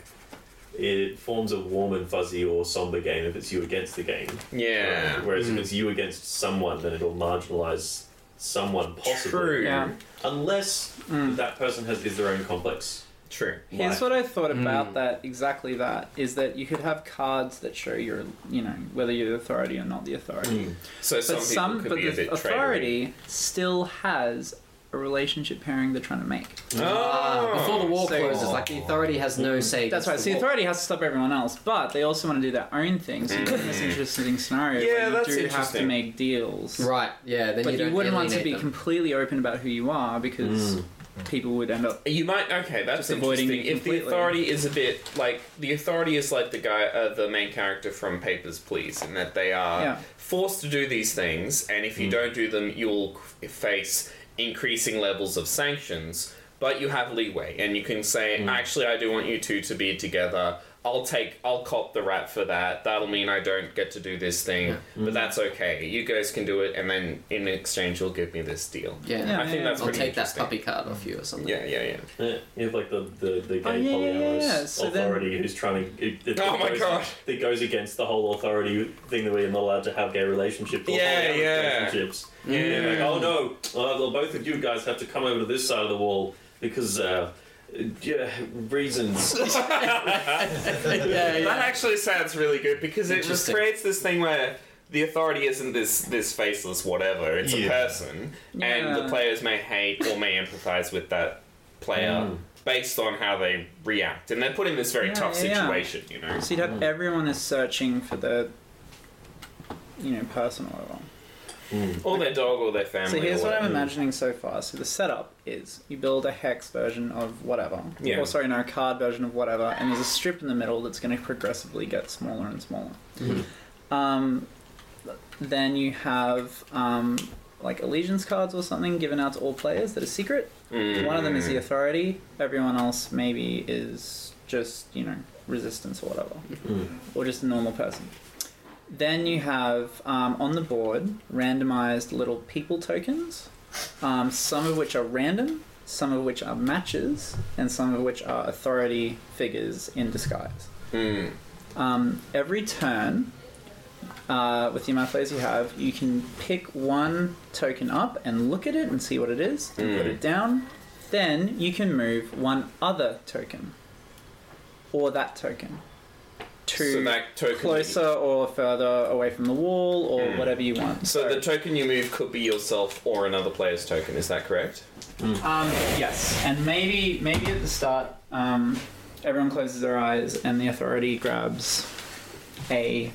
Speaker 2: it forms a warm and fuzzy or somber game if it's you against the game.
Speaker 4: Yeah. Mm.
Speaker 2: Whereas if it's you against someone, then it'll marginalize someone possibly.
Speaker 4: True. Mm.
Speaker 3: Yeah.
Speaker 2: Unless that person has is their own complex.
Speaker 4: True.
Speaker 3: Here's
Speaker 2: Like-
Speaker 3: what I thought about that. Exactly that is that you could have cards that show your, you know, whether you're the authority or not the authority.
Speaker 4: So some
Speaker 3: But
Speaker 4: people
Speaker 3: some,
Speaker 4: could
Speaker 3: but
Speaker 4: be a bit
Speaker 3: the authority still has a relationship pairing they're trying to make.
Speaker 4: traitory.
Speaker 2: Ah.
Speaker 4: Oh.
Speaker 1: Uh, Before the war
Speaker 3: So-
Speaker 1: closes, like the authority has no say.
Speaker 3: That's right.
Speaker 1: against
Speaker 3: So the
Speaker 1: war.
Speaker 3: authority has to stop everyone else, but they also want to do their own thing. So you're in this interesting scenario
Speaker 4: Hmm. Yeah,
Speaker 3: where you
Speaker 4: that's
Speaker 3: do have to
Speaker 4: interesting.
Speaker 3: make deals.
Speaker 1: Right. Yeah. Then
Speaker 3: But
Speaker 1: you,
Speaker 3: you,
Speaker 1: don't
Speaker 3: wouldn't want to
Speaker 1: alienate
Speaker 3: be
Speaker 1: them.
Speaker 3: completely open about who you are because
Speaker 4: Mm.
Speaker 3: people would end up.
Speaker 4: You might okay. That's
Speaker 3: Just avoiding
Speaker 4: interesting.
Speaker 3: you
Speaker 4: If the
Speaker 3: completely.
Speaker 4: authority is a bit like the authority is like the guy, uh, the main character from Papers Please, in that they are
Speaker 3: Yeah.
Speaker 4: forced to do these things, and if you
Speaker 1: Hmm.
Speaker 4: don't do them, you'll c- face increasing levels of sanctions. But you have leeway, and you can say,
Speaker 1: Hmm.
Speaker 4: actually, I do want you two to be together. I'll take, I'll cop the rap for that. That'll mean I don't get to do this thing,
Speaker 1: Hmm.
Speaker 4: but that's okay. You guys can do it, and then in exchange, you'll give me this deal.
Speaker 1: Yeah.
Speaker 3: Yeah,
Speaker 4: I think
Speaker 3: yeah,
Speaker 4: that's
Speaker 1: I'll
Speaker 4: pretty
Speaker 1: take that
Speaker 4: interesting.
Speaker 1: puppy card off you or something.
Speaker 4: Yeah, yeah, yeah.
Speaker 2: Yeah, You have like the the, the gay
Speaker 3: Oh, yeah, yeah, yeah,
Speaker 2: polyamorous
Speaker 3: yeah. So then-
Speaker 2: authority who's trying to. It, it-
Speaker 4: Oh
Speaker 2: it
Speaker 4: my
Speaker 2: goes,
Speaker 4: God.
Speaker 2: That goes against the whole authority thing that we're not allowed to have gay relationships. Or
Speaker 4: Yeah,
Speaker 2: polyamorous
Speaker 4: yeah.
Speaker 2: Relationships. Yeah. Like, oh no! Uh, well, both of you guys have to come over to this side of the wall because. Uh, yeah, reasons.
Speaker 1: yeah,
Speaker 4: That actually sounds really good because it just
Speaker 1: Interesting.
Speaker 4: creates this thing where the authority isn't this this faceless whatever. It's a
Speaker 7: Yeah.
Speaker 4: person, and the
Speaker 3: Yeah.
Speaker 4: players may hate or may empathize with that player based on how they react, and they're put in this very
Speaker 3: Yeah,
Speaker 4: tough
Speaker 3: yeah, yeah.
Speaker 4: situation. You know.
Speaker 3: So you'd have everyone is searching for the, you know, person or whatever.
Speaker 4: Or their dog, or their family.
Speaker 3: So here's
Speaker 4: or
Speaker 3: what I'm
Speaker 4: whatever. Mm.
Speaker 3: imagining so far. So the setup is you build a hex version of whatever,
Speaker 4: Yeah.
Speaker 3: or sorry, no, a card version of whatever, and there's a strip in the middle that's going to progressively get smaller and smaller.
Speaker 4: Mm-hmm.
Speaker 3: Um, then you have um, like allegiance cards or something given out to all players that are secret.
Speaker 4: Mm.
Speaker 3: One of them is the authority. Everyone else maybe is just you know resistance or whatever, or just a normal person. Then you have um, on the board randomized little people tokens, um, some of which are random, some of which are matches, and some of which are authority figures in disguise. Um, every turn, uh, with the amount of players you have, you can pick one token up and look at it and see what it is, and put
Speaker 4: Hmm.
Speaker 3: it down. Then you can move one other token, or that token, to
Speaker 4: So that token-
Speaker 3: closer or further away from the wall or
Speaker 4: Hmm.
Speaker 3: whatever you want.
Speaker 4: So the token you move could be yourself or another player's token. Is that correct?
Speaker 3: Um, yes, and maybe maybe at the start, um, everyone closes their eyes and the authority grabs a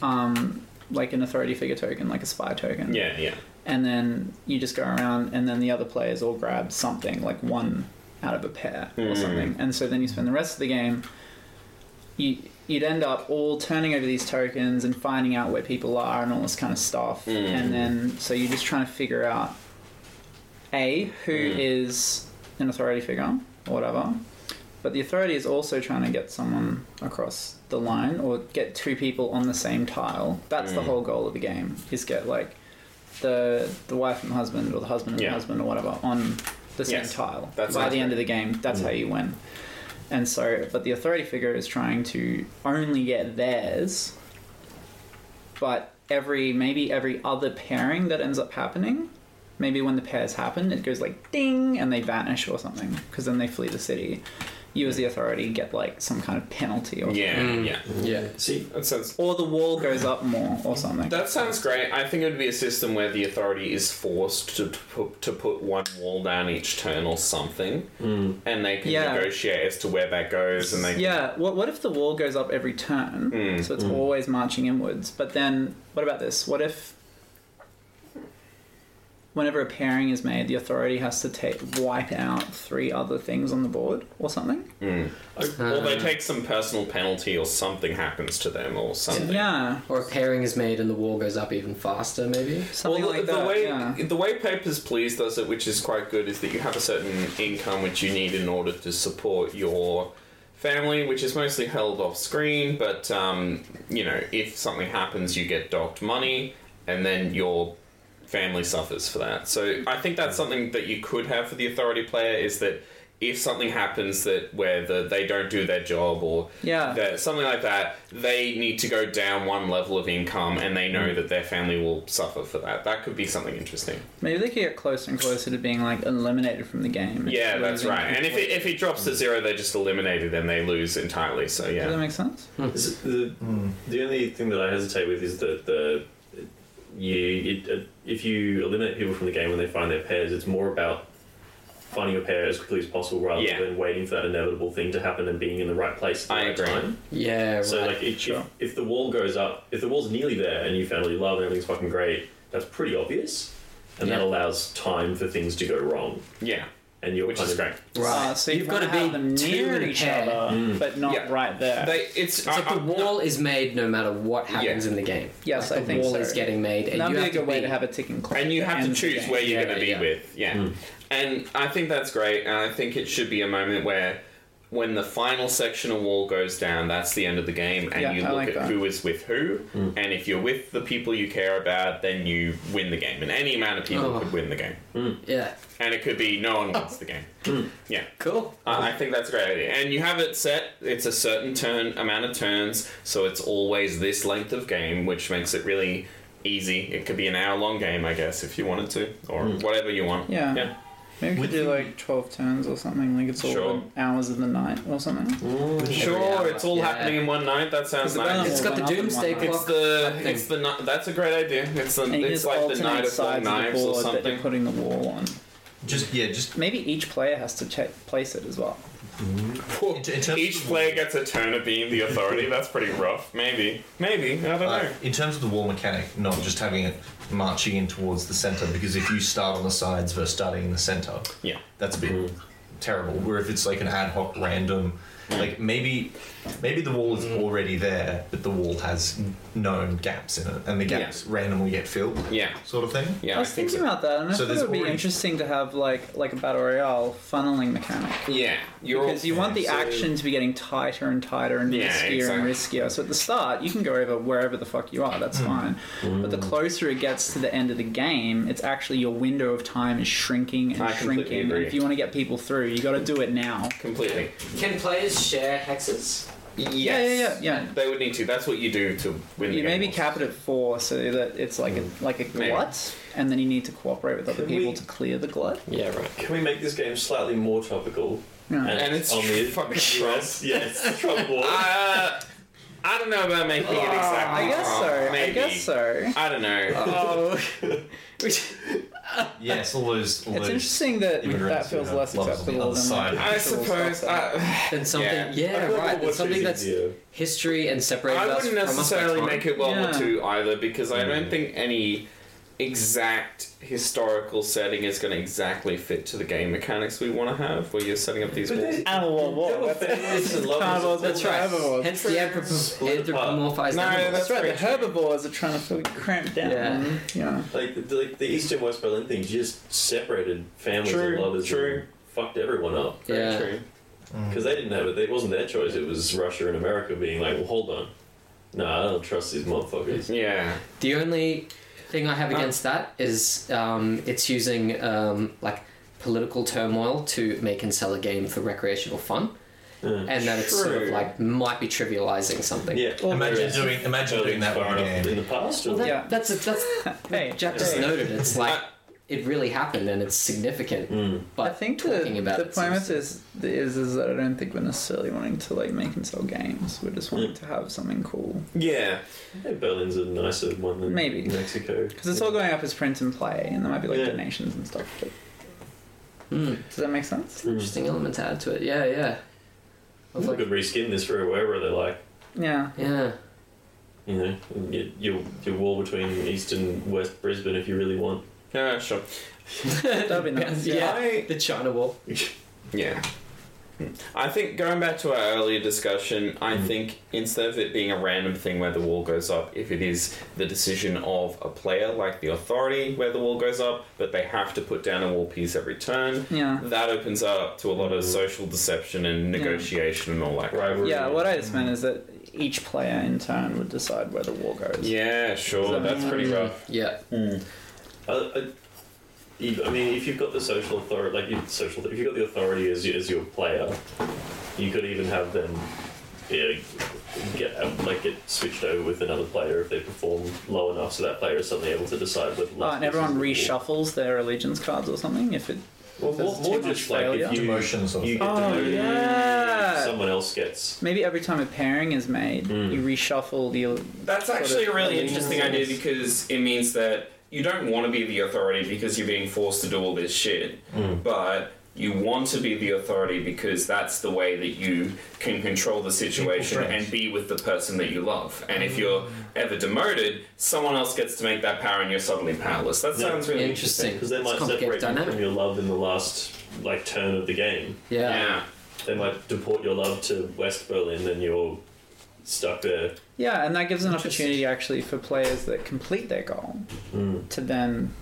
Speaker 3: um, like an authority figure token, like a spy token.
Speaker 2: Yeah, yeah.
Speaker 3: And then you just go around, and then the other players all grab something, like one out of a pair or something. And so then you spend the rest of the game. You you'd end up all turning over these tokens and finding out where people are and all this kind of stuff. And then so you're just trying to figure out a, who is an authority figure or whatever, but the authority is also trying to get someone across the line or get two people on the same tile. That's the whole goal of the game is get like the the wife and husband or the husband and
Speaker 2: Yeah.
Speaker 3: husband or whatever on the same
Speaker 4: Yes.
Speaker 3: tile.
Speaker 4: That's
Speaker 3: By the
Speaker 4: accurate.
Speaker 3: end of the game, that's how you win. And so, but the authority figure is trying to only get theirs, but every maybe every other pairing that ends up happening, maybe when the pairs happen, it goes like ding and they vanish or something because then they flee the city. You as the authority get like some kind of penalty or
Speaker 4: Yeah, yeah.
Speaker 1: Yeah.
Speaker 2: See,
Speaker 4: That sounds.
Speaker 3: or the wall goes up more or something.
Speaker 4: That sounds great. I think it would be a system where the authority is forced to, to, put, to put one wall down each turn or something, and they can
Speaker 3: Yeah.
Speaker 4: negotiate as to Hmm. where that goes, and they
Speaker 3: Yeah. What, what if the wall goes up every turn?
Speaker 1: Hmm.
Speaker 3: So it's always marching inwards. But then, what about this? What if, whenever a pairing is made, the authority has to take wipe out three other things on the board or something?
Speaker 4: Hmm. or they take some personal penalty, or something happens to them, or something.
Speaker 3: Yeah.
Speaker 1: Or a pairing is made and the wall goes up even faster, maybe.
Speaker 3: Something
Speaker 4: well,
Speaker 3: like
Speaker 4: the,
Speaker 3: that.
Speaker 4: the way
Speaker 3: yeah.
Speaker 4: the way Papers Please does it, which is quite good, is that you have a certain income which you need in order to support your family, which is mostly held off screen. But um, you know, if something happens, you get docked money, and then your family suffers for that. So I think that's something that you could have for the authority player is that if something happens that where the, they don't do their job or
Speaker 3: Yeah.
Speaker 4: that- something like that, they need to go down one level of income and they know that their family will suffer for that. That could be something interesting.
Speaker 3: Maybe they could get closer and closer to being like eliminated from the game.
Speaker 4: Yeah, that's
Speaker 3: Losing
Speaker 4: right. And if it, if it drops to zero, they're just eliminated and they lose entirely. So
Speaker 3: Does that
Speaker 4: yeah,
Speaker 3: make sense?
Speaker 2: Is it the, the only thing that I hesitate with is that the you it, uh, if you eliminate people from the game when they find their pairs, it's more about finding a pair as quickly as possible rather
Speaker 4: Yeah.
Speaker 2: than waiting for that inevitable thing to happen and being in the right place at the
Speaker 4: I
Speaker 2: right
Speaker 4: agree.
Speaker 2: time.
Speaker 1: Yeah, right.
Speaker 2: So like if,
Speaker 3: Sure.
Speaker 2: if, if the wall goes up, if the wall's nearly there and you found all your love and everything's fucking great, that's pretty obvious, and that
Speaker 1: Yeah.
Speaker 2: allows time for things to go wrong.
Speaker 4: yeah,
Speaker 2: And you're
Speaker 4: which
Speaker 2: kind of-
Speaker 4: is great.
Speaker 1: right.
Speaker 3: Uh, so
Speaker 1: You've
Speaker 3: got to
Speaker 1: be
Speaker 3: have them
Speaker 1: two
Speaker 3: near
Speaker 1: in a
Speaker 3: each
Speaker 1: pair.
Speaker 3: other, but not
Speaker 4: Hmm. Yeah.
Speaker 3: right there.
Speaker 4: They, it's,
Speaker 1: It's like
Speaker 4: I-
Speaker 1: the
Speaker 4: I-
Speaker 1: wall is made no matter what happens
Speaker 4: Uh, Yeah.
Speaker 1: in the game.
Speaker 3: Yes,
Speaker 1: like
Speaker 3: I
Speaker 1: the
Speaker 3: think
Speaker 1: wall
Speaker 3: so.
Speaker 1: is getting made, and
Speaker 3: That'd
Speaker 1: you
Speaker 3: be
Speaker 1: have
Speaker 3: a good
Speaker 1: to
Speaker 3: way
Speaker 1: be-
Speaker 3: to have a ticking clock.
Speaker 4: and you
Speaker 3: that
Speaker 4: have to
Speaker 3: ends the
Speaker 4: choose
Speaker 3: game.
Speaker 4: where you're
Speaker 1: Yeah,
Speaker 4: going to be
Speaker 1: yeah.
Speaker 4: with. Yeah, and I think that's great. And I think it should be a moment where, when the final section of wall goes down, that's the end of the game, and
Speaker 3: Yeah,
Speaker 4: you
Speaker 3: I
Speaker 4: look
Speaker 3: like
Speaker 4: at
Speaker 3: that.
Speaker 4: who is with who. And if you're with the people you care about, then you win the game. And any amount of people
Speaker 1: Oh.
Speaker 4: could win the game,
Speaker 1: Yeah.
Speaker 4: and it could be no one wins the game. Yeah.
Speaker 1: Cool.
Speaker 4: I I think that's a great idea. And you have it set, it's a certain turn amount of turns, so it's always this length of game, which makes it really easy. It could be an hour long game, I guess, if you wanted to, or whatever you want.
Speaker 3: Hmm. Yeah.
Speaker 4: Yeah.
Speaker 3: Maybe we could do like 12 turns or something, like it's all
Speaker 4: Sure.
Speaker 3: the hours of the night or something.
Speaker 4: Sure,
Speaker 1: hour,
Speaker 4: it's all
Speaker 1: yeah.
Speaker 4: happening in one night. That sounds
Speaker 3: the balance
Speaker 4: nice.
Speaker 1: It's
Speaker 4: It's,
Speaker 1: got the
Speaker 3: Well, then I'll
Speaker 1: doomsday
Speaker 3: do mine.
Speaker 1: clock.
Speaker 4: the
Speaker 1: thing.
Speaker 4: it's the ni- that's a great idea. It's the
Speaker 3: And you
Speaker 4: it's
Speaker 3: just
Speaker 4: like
Speaker 3: alternate
Speaker 4: the night of long
Speaker 3: sides of the
Speaker 4: knives or
Speaker 3: board that they're
Speaker 4: something.
Speaker 3: putting the wall on.
Speaker 5: Just yeah, just
Speaker 3: Maybe each player has to check, place it as well.
Speaker 5: in, in terms of
Speaker 4: Each
Speaker 5: the
Speaker 4: player gets a turn of being the authority. That's pretty rough. Maybe, maybe I don't
Speaker 5: Uh,
Speaker 4: know.
Speaker 5: in terms of the wall mechanic, not just having it marching in towards the center, because if you start on the sides versus starting in the center,
Speaker 4: Yeah.
Speaker 5: Mm-hmm. that's a bit terrible. Where if it's like an ad hoc random, like maybe Maybe the wall is
Speaker 2: Mm.
Speaker 5: already there, but the wall has known gaps in it, and the gaps randomly get filled,
Speaker 4: Yeah.
Speaker 5: sort of thing.
Speaker 4: Yeah.
Speaker 3: I
Speaker 4: I
Speaker 3: was
Speaker 4: think
Speaker 3: thinking
Speaker 4: so.
Speaker 3: about that, and I
Speaker 5: So
Speaker 3: thought it
Speaker 5: there's
Speaker 3: would be
Speaker 5: already-
Speaker 3: interesting to have like like a battle royale funneling mechanic
Speaker 4: Yeah. You're
Speaker 3: because you want the
Speaker 4: so-
Speaker 3: action to be getting tighter and tighter and
Speaker 4: Yeah,
Speaker 3: riskier and riskier. So at the start, you can go over wherever the fuck you are. That's
Speaker 4: Hmm.
Speaker 3: fine. But the closer it gets to the end of the game, it's actually your window of time is shrinking and
Speaker 4: I completely
Speaker 3: shrinking. And
Speaker 4: agree.
Speaker 3: if you want to get people through, you got to do it now.
Speaker 4: Completely.
Speaker 1: Can players share hexes?
Speaker 4: Yes.
Speaker 3: Yeah, yeah, yeah, yeah.
Speaker 4: They would need to. That's what you do to win the
Speaker 3: You
Speaker 4: game.
Speaker 3: maybe cap it at four so that it's like a like a
Speaker 4: Hmm. Maybe.
Speaker 3: glut, and then you need to cooperate with other
Speaker 2: Can
Speaker 3: people
Speaker 2: we-
Speaker 3: to clear the glut.
Speaker 1: Yeah, right.
Speaker 2: Can we make this game slightly more tropical?
Speaker 3: Yeah.
Speaker 4: And it's
Speaker 2: on the
Speaker 4: fucking
Speaker 2: US. Yes, Trump war.
Speaker 4: Uh, I don't know about making it exactly.
Speaker 3: Oh, I guess
Speaker 4: Trump.
Speaker 3: so. I
Speaker 4: Maybe.
Speaker 3: guess so.
Speaker 4: I don't know.
Speaker 3: Oh,
Speaker 5: Yes, all those. All
Speaker 3: it's
Speaker 5: those
Speaker 3: interesting that
Speaker 5: Even
Speaker 3: that
Speaker 5: racist,
Speaker 3: feels
Speaker 5: yeah.
Speaker 3: less
Speaker 5: Loves on the
Speaker 3: acceptable
Speaker 5: other
Speaker 3: than like,
Speaker 5: side.
Speaker 4: I
Speaker 3: actual
Speaker 4: suppose. uh,
Speaker 3: stuff.
Speaker 4: I,
Speaker 1: Then something,
Speaker 4: Yeah.
Speaker 1: yeah,
Speaker 2: I
Speaker 1: right.
Speaker 2: feel like World War
Speaker 1: Then something
Speaker 2: Two
Speaker 1: that's
Speaker 2: is easier.
Speaker 1: history and separated
Speaker 4: I
Speaker 1: us
Speaker 4: wouldn't
Speaker 1: from us by
Speaker 4: necessarily
Speaker 1: time.
Speaker 4: make it World
Speaker 3: Yeah.
Speaker 4: War Two either because I don't
Speaker 2: Mm.
Speaker 4: think any exact historical setting is going to exactly fit to the game mechanics we want to have where you're setting up these
Speaker 2: But
Speaker 4: walls.
Speaker 2: they-
Speaker 3: Animal war.
Speaker 2: There were
Speaker 3: That's it.
Speaker 2: families and lovers
Speaker 3: Carnivores
Speaker 2: and-
Speaker 3: and
Speaker 1: That's right.
Speaker 3: herbivores.
Speaker 1: Hence the anthropo-
Speaker 2: Split apart.
Speaker 1: anthropomorphized
Speaker 4: No,
Speaker 1: animals.
Speaker 4: that's
Speaker 3: That's right.
Speaker 4: very
Speaker 3: The herbivores are trying to feel cramped down.
Speaker 1: Yeah.
Speaker 3: Yeah.
Speaker 2: Like the, like the East and West Berlin thing just separated families
Speaker 4: True,
Speaker 2: and lovers
Speaker 4: true.
Speaker 2: and fucked everyone up
Speaker 4: Very
Speaker 1: Yeah.
Speaker 4: true.
Speaker 5: Mm-hmm.
Speaker 2: because they didn't have it. It wasn't their choice. It was Russia and America being like, well, hold on, no, I don't trust these motherfuckers.
Speaker 4: Yeah.
Speaker 1: The only thing I have against that is um, it's using um, like political turmoil to make and sell a game for recreational fun, and that it's sort of
Speaker 4: True.
Speaker 1: like might be trivializing something.
Speaker 2: Mm. Yeah,
Speaker 5: Imagine doing, imagine doing that
Speaker 2: far
Speaker 5: one
Speaker 2: enough in
Speaker 5: game.
Speaker 2: the past.
Speaker 1: Well, that,
Speaker 3: Yeah.
Speaker 1: that's a, that's.
Speaker 3: Hey,
Speaker 1: Jack just
Speaker 3: hey.
Speaker 1: noted it's like
Speaker 4: I-
Speaker 1: it really happened and it's significant.
Speaker 2: Mm. Hmm.
Speaker 1: But
Speaker 3: I think
Speaker 1: talking
Speaker 3: the,
Speaker 1: about
Speaker 3: the
Speaker 1: it
Speaker 3: premise
Speaker 1: seems-
Speaker 3: is, is is that I don't think we're necessarily wanting to like make and sell games. We're just wanting to have something cool.
Speaker 4: Yeah.
Speaker 2: Yeah, Berlin's a nicer one than
Speaker 3: Maybe.
Speaker 2: Mexico.
Speaker 3: Because it's all going up as print and play, and there might be like
Speaker 2: Yeah.
Speaker 3: donations and stuff. But
Speaker 1: Hmm,
Speaker 3: does that make sense?
Speaker 1: interesting element to add to it. Yeah, yeah,
Speaker 2: If I could reskin this for wherever they like.
Speaker 3: Yeah.
Speaker 1: yeah.
Speaker 2: You know, your, your, your wall between East and West Brisbane if you really want.
Speaker 4: Yeah, sure.
Speaker 3: That'd be nice. Yeah.
Speaker 1: Yeah,
Speaker 4: I-
Speaker 1: the China Wall.
Speaker 4: Yeah. I think going back to our earlier discussion, I
Speaker 3: Mm-hmm.
Speaker 4: think instead of it being a random thing where the wall goes up, if it is the decision of a player like the authority where the wall goes up, but they have to put down a wall piece every turn,
Speaker 3: Yeah. Mm-hmm.
Speaker 4: that opens up to a lot of social deception and negotiation and all that.
Speaker 2: Rivalry.
Speaker 3: Yeah, what I just meant is that each player in turn would decide where the war goes.
Speaker 4: Yeah, sure.
Speaker 3: Does that
Speaker 4: That's pretty rough.
Speaker 1: Yeah,
Speaker 2: I, I, you- I mean, if you've got the social authority, like you, social, if you've got the authority as, you- as your player, you could even have them yeah, get like get switched over with another player if they perform low enough, so that player is suddenly able to decide whether.
Speaker 3: Oh,
Speaker 2: last
Speaker 3: and
Speaker 2: piece
Speaker 3: everyone
Speaker 2: is the wall.
Speaker 3: reshuffles their allegiance cards or something if it.
Speaker 2: Well,
Speaker 3: There's
Speaker 2: more,
Speaker 3: too
Speaker 2: more
Speaker 3: much
Speaker 2: just like
Speaker 3: failure.
Speaker 2: if you,
Speaker 5: Demotion sort of
Speaker 2: you
Speaker 5: thing.
Speaker 2: get
Speaker 3: Oh,
Speaker 2: demoted,
Speaker 3: yeah.
Speaker 2: someone else gets.
Speaker 3: Maybe every time a pairing is made,
Speaker 2: Mm.
Speaker 3: you reshuffle the.
Speaker 4: That's actually a really interesting idea
Speaker 3: allegiances.
Speaker 4: because it means that you don't want to be the authority because you're being forced to do all this shit, but you want to be the authority because that's the way that you can control the situation
Speaker 5: friends.
Speaker 4: and be with the person that you love. And if you're ever demoted, someone else gets to make that power and you're suddenly powerless. That
Speaker 2: Yeah.
Speaker 4: sounds really
Speaker 1: interesting.
Speaker 2: Because they
Speaker 1: It's
Speaker 2: might
Speaker 1: complicated
Speaker 2: separate you
Speaker 1: dynamic.
Speaker 2: from your love in the last like turn of the game.
Speaker 1: Yeah.
Speaker 4: Yeah.
Speaker 2: They might deport your love to West Berlin, and you're stuck there.
Speaker 3: Yeah, and that gives an opportunity actually for players that complete their goal
Speaker 2: Mm.
Speaker 3: to then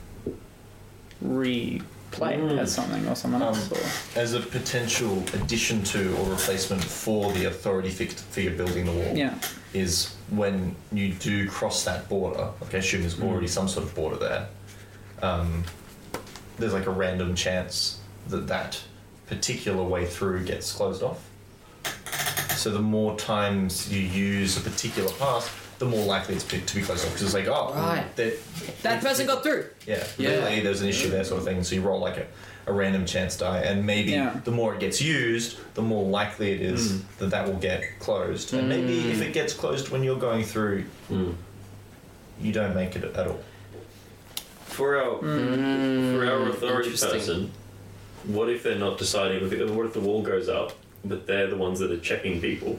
Speaker 3: replay
Speaker 2: Mm.
Speaker 3: it as something or someone
Speaker 5: Um,
Speaker 3: else. Or,
Speaker 5: as a potential addition to or replacement for the authority fig- figure building the wall
Speaker 3: yeah.
Speaker 5: is when you do cross that border. Like I assume there's already some sort of border there. Um, there's like a random chance that that particular way through gets closed off. So the more times you use a particular pass, the more likely it's to be closed off because it's like, oh,
Speaker 1: Right.
Speaker 5: that,
Speaker 1: that person got through.
Speaker 5: yeah,
Speaker 1: Yeah.
Speaker 5: really, there's an issue there, sort of thing. So you roll like a, a random chance die, and maybe
Speaker 3: Yeah.
Speaker 5: the more it gets used, the more likely it is that that will get closed. And maybe
Speaker 3: Hmm.
Speaker 5: if it gets closed when you're going through, you don't make it at all.
Speaker 2: For our for our authority
Speaker 1: interesting.
Speaker 2: person, what if they're not deciding? What if- What if the wall goes up, but they're the ones that are checking people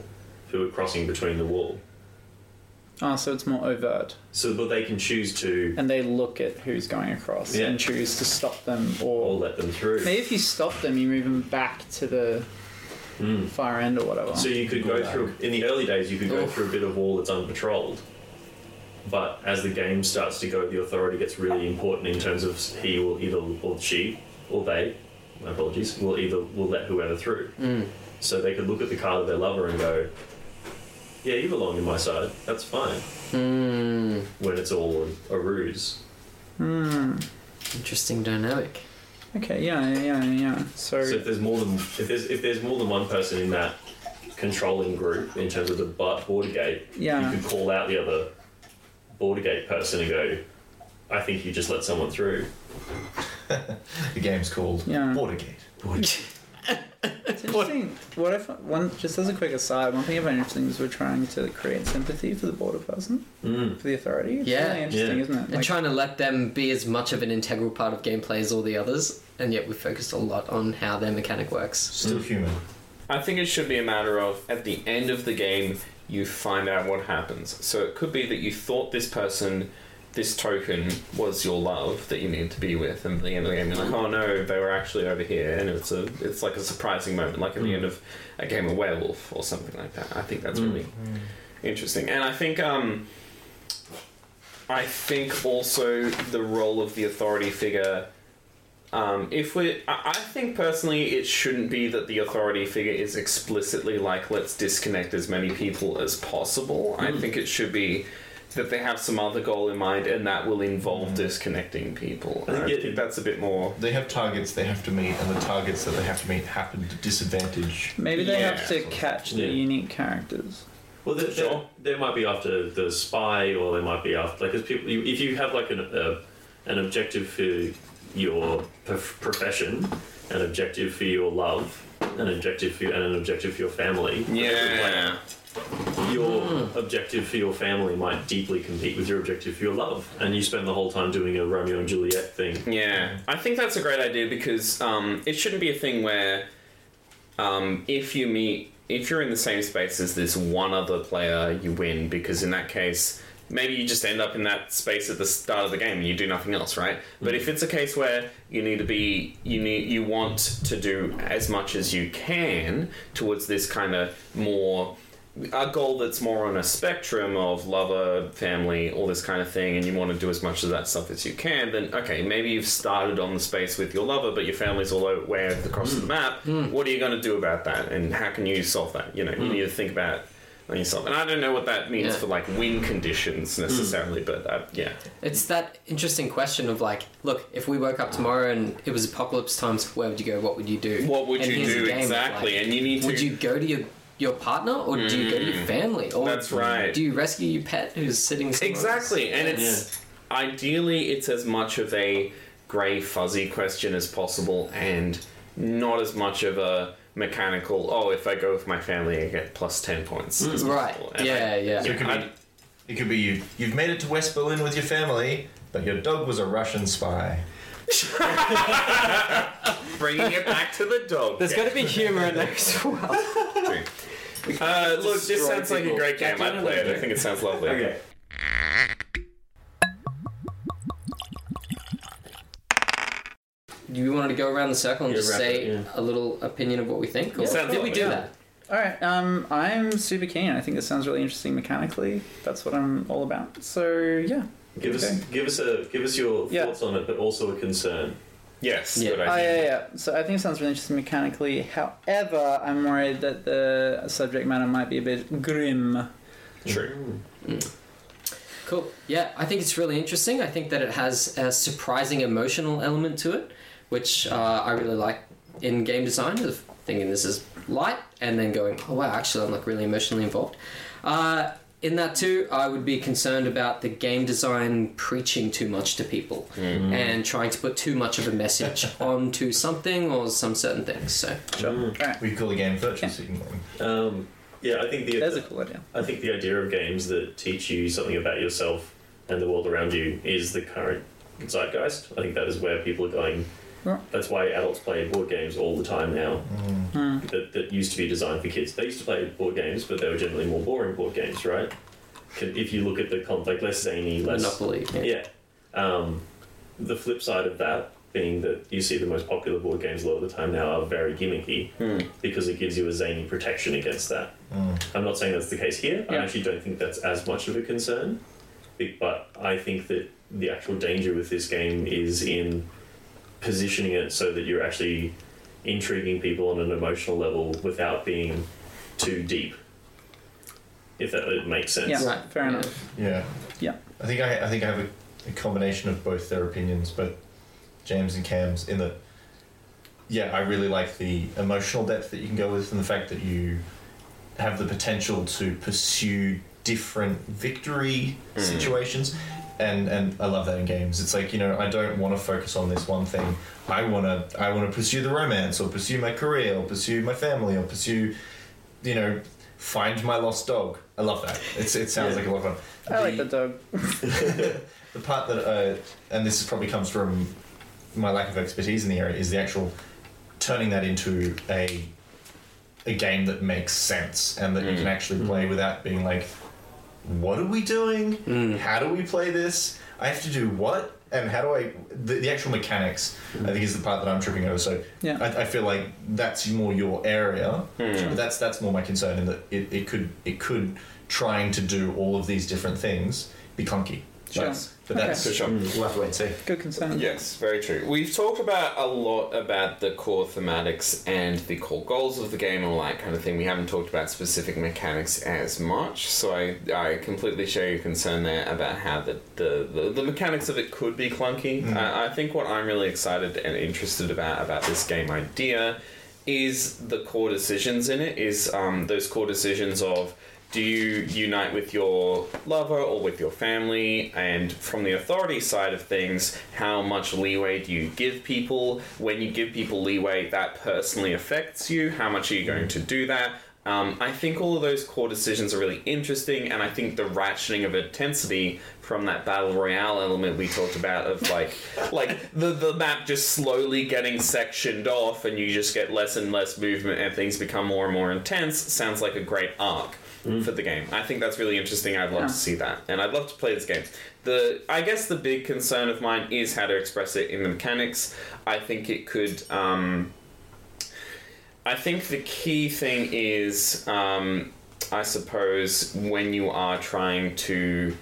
Speaker 2: who are crossing between the wall?
Speaker 3: Oh, so it's more overt.
Speaker 2: So, but they can choose to
Speaker 3: And they look at who's going across
Speaker 2: Yeah.
Speaker 3: and choose to stop them
Speaker 2: or
Speaker 3: or.
Speaker 2: let them through.
Speaker 3: Maybe if you stop them, you move them back to the far end or whatever.
Speaker 2: Mm. So you could go through in the early days. You could go
Speaker 1: Oof.
Speaker 2: through a bit of wall that's unpatrolled, but as the game starts to go, the authority gets really important in terms of he will either or she or they, my apologies, will either will let whoever through. So they could look at the card of their lover and go, "Yeah, you belong in my side. That's fine." When it's all a ruse.
Speaker 1: Interesting dynamic.
Speaker 3: okay, yeah, yeah, yeah, yeah. So,
Speaker 2: So if there's more than if there's if there's more than one person in that controlling group in terms of the bu- border gate,
Speaker 3: Yeah.
Speaker 2: you could call out the other border gate person and go, "I think you just let someone through."
Speaker 5: The game's called
Speaker 3: Yeah.
Speaker 5: Watergate.
Speaker 3: it's interesting. What if one? Just as a quick aside, one thing I found interesting is we're trying to create sympathy for the border person, for the authority. It's
Speaker 1: Yeah.
Speaker 3: really interesting,
Speaker 2: Yeah.
Speaker 3: isn't it?
Speaker 1: And trying to let them be as much of an integral part of gameplay as all the others, and yet we focused a lot on how their mechanic works.
Speaker 5: Still human.
Speaker 4: I think it should be a matter of at the end of the game, you find out what happens. So it could be that you thought this person, this token, was your love that you needed to be with, and at the end of the game, you're like, oh no, they were actually over here, and it's a, it's like a surprising moment, like at the end of a game of werewolf or something like that. I think that's really interesting, and I think um. I think also the role of the authority figure um, if we, I I think personally, it shouldn't be that the authority figure is explicitly like, let's disconnect as many people as possible. I think it should be that they have some other goal in mind, and that will involve disconnecting people.
Speaker 2: I think
Speaker 4: I
Speaker 2: it-
Speaker 4: think that's a bit more.
Speaker 5: They have targets they have to meet, and the targets that they have to meet happen to disadvantage.
Speaker 3: Maybe they
Speaker 4: Yeah.
Speaker 3: have to catch the
Speaker 2: Yeah.
Speaker 3: unique characters.
Speaker 2: Well, they
Speaker 4: Sure.
Speaker 2: they might be after the spy, or they might be after like 'cause people. You, if you have like an uh, an objective for your prof- profession, an objective for your love, an objective for and an objective for your family.
Speaker 4: Yeah.
Speaker 2: your objective for your family might deeply compete with your objective for your love, and you spend the whole time doing a Romeo and Juliet thing.
Speaker 4: Yeah, I think that's a great idea because um, it shouldn't be a thing where um, if you meet, if you're in the same space as this one other player, you win because in that case, maybe you just end up in that space at the start of the game and you do nothing else, right? But if it's a case where you need to be, you need, you want to do as much as you can towards this kind of more a goal that's more on a spectrum of lover, family, all this kind of thing, and you want to do as much of that stuff as you can, then okay, maybe you've started on the space with your lover, but your family's all over way over the across the
Speaker 1: Hmm.
Speaker 4: map. What are you going to do about that, and how can you solve that? You know, you need to think about on yourself. And I don't know what that
Speaker 1: Hmm.
Speaker 4: means
Speaker 1: Yeah. Hmm.
Speaker 4: for like win conditions necessarily, but uh, yeah,
Speaker 1: It's that interesting question of like, look, if we woke up tomorrow and it was apocalypse times, where would you go? What would you do?
Speaker 4: what would
Speaker 1: And
Speaker 4: you
Speaker 1: here's a
Speaker 4: do
Speaker 1: game of,
Speaker 4: exactly?
Speaker 1: like,
Speaker 4: and you need to.
Speaker 1: would you go to your your partner or do you go to your family? Or
Speaker 4: Mm. That's right.
Speaker 1: Do you rescue your pet who's sitting somewhere else?
Speaker 4: Exactly, and it's ideally it's as much of a grey fuzzy question as possible, and not as much of a mechanical. Oh, if I go with my family, I get plus ten points. as
Speaker 1: Mm, Right.
Speaker 4: possible. And
Speaker 1: Yeah,
Speaker 4: I-
Speaker 1: yeah.
Speaker 5: It could be, it could be you, you've made it to West Berlin with your family, but your dog was a Russian spy.
Speaker 4: Bringing it back to the dog.
Speaker 1: There's got to be humor in there as well.
Speaker 4: game. Uh, look, this sounds like a
Speaker 1: people.
Speaker 4: great game. I'd play it. I think it sounds lovely.
Speaker 2: Okay.
Speaker 1: Do you want to go around the circle and
Speaker 2: Yeah,
Speaker 1: just
Speaker 2: wrap
Speaker 1: say
Speaker 2: it, yeah.
Speaker 1: a little opinion of what we think? Or
Speaker 4: Sounds
Speaker 1: did we
Speaker 4: lovely.
Speaker 1: do that?
Speaker 3: All right, um, I'm super keen. I think this sounds really interesting mechanically. That's what I'm all about. So yeah,
Speaker 2: Give us,
Speaker 3: Okay.
Speaker 2: give us a, give us your
Speaker 3: Yeah.
Speaker 2: thoughts on it, but also a concern.
Speaker 4: Yes.
Speaker 1: Yeah.
Speaker 4: Good
Speaker 3: Oh,
Speaker 4: idea.
Speaker 3: yeah, yeah. So I think it sounds really interesting mechanically. However, I'm worried that the subject matter might be a bit grim.
Speaker 2: Mm.
Speaker 4: True.
Speaker 1: Cool. Yeah, I think it's really interesting. I think that it has a surprising emotional element to it, which uh, I really like in game design of thinking this is light and then going, oh wow, actually I'm like really emotionally involved. Uh, in that too, I would be concerned about the game design preaching too much to people and trying to put too much of a message onto something or some certain things. So
Speaker 5: We could call the game virtue signaling.
Speaker 2: Um, yeah, I think the
Speaker 3: There's a cool idea.
Speaker 2: I think the idea of games that teach you something about yourself and the world around you is the current zeitgeist. I think that is where people are going.
Speaker 3: Yeah.
Speaker 2: That's why adults play board games all the time now.
Speaker 3: Hmm.
Speaker 2: That, that used to be designed for kids. They used to play board games, but they were generally more boring board games, right? 'Cause If you look at the conflict, less zany, less
Speaker 1: Monopoly.
Speaker 2: yeah. Um, the flip side of that being that you see the most popular board games a lot of the time now are very gimmicky
Speaker 3: Hmm.
Speaker 2: because it gives you a zany protection against that. I'm not saying that's the case here. I
Speaker 3: Yeah.
Speaker 2: actually don't think that's as much of a concern, be- but I think that the actual danger with this game is in positioning it so that you're actually intriguing people on an emotional level without being too deep. If that it makes sense.
Speaker 3: Yeah,
Speaker 1: Right.
Speaker 3: fair
Speaker 1: Yeah.
Speaker 3: enough.
Speaker 5: Yeah.
Speaker 3: Yeah.
Speaker 5: I think I, I think I have a, a combination of both their opinions, but James and Cam's in that. Yeah, I really like the emotional depth that you can go with, and the fact that you have the potential to pursue different victory situations. And, and I love that in games. It's like you know I don't want to focus on this one thing. I wanna I wanna pursue the romance, or pursue my career, or pursue my family, or pursue, you know, find my lost dog. I love that. It's, it sounds like a lot of fun.
Speaker 3: I like the dog.
Speaker 5: The part that, uh, and this probably comes from my lack of expertise in the area, is the actual turning that into a a game that makes sense and that you can actually play without being like, what are we doing? How do we play this? I have to do what? And how do I? The, the actual mechanics, I think, is the part that I'm tripping over. So
Speaker 3: Yeah.
Speaker 5: I, I feel like that's more your area. But that's that's more my concern in that it, it could it could trying to do all of these different things be clunky.
Speaker 3: Sure.
Speaker 5: That's, but
Speaker 3: Okay.
Speaker 5: that's
Speaker 4: For sure.
Speaker 5: we'll have to wait and see.
Speaker 3: Good concern.
Speaker 4: Yes, very true. We've talked about a lot about the core thematics and the core goals of the game and all that kind of thing. We haven't talked about specific mechanics as much, so I, I completely share your concern there about how the, the, the, the mechanics of it could be clunky. Uh, I, I think what I'm really excited and interested about about this game idea is the core decisions in it, is um, those core decisions of do you unite with your lover or with your family? And from the authority side of things, how much leeway do you give people? When you give people leeway, that personally affects you. How much are you going to do that? Um, I think all of those core decisions are really interesting, and I think the ratcheting of intensity from that battle royale element we talked about of like, like the the map just slowly getting sectioned off, and you just get less and less movement, and things become more and more intense. Sounds like a great arc for the game. I think that's really interesting. I'd love
Speaker 3: Yeah.
Speaker 4: to see that, and I'd love to play this game. The I guess the big concern of mine is how to express it in the mechanics. I think it could. Um, I think the key thing is, um, I suppose, when you are trying to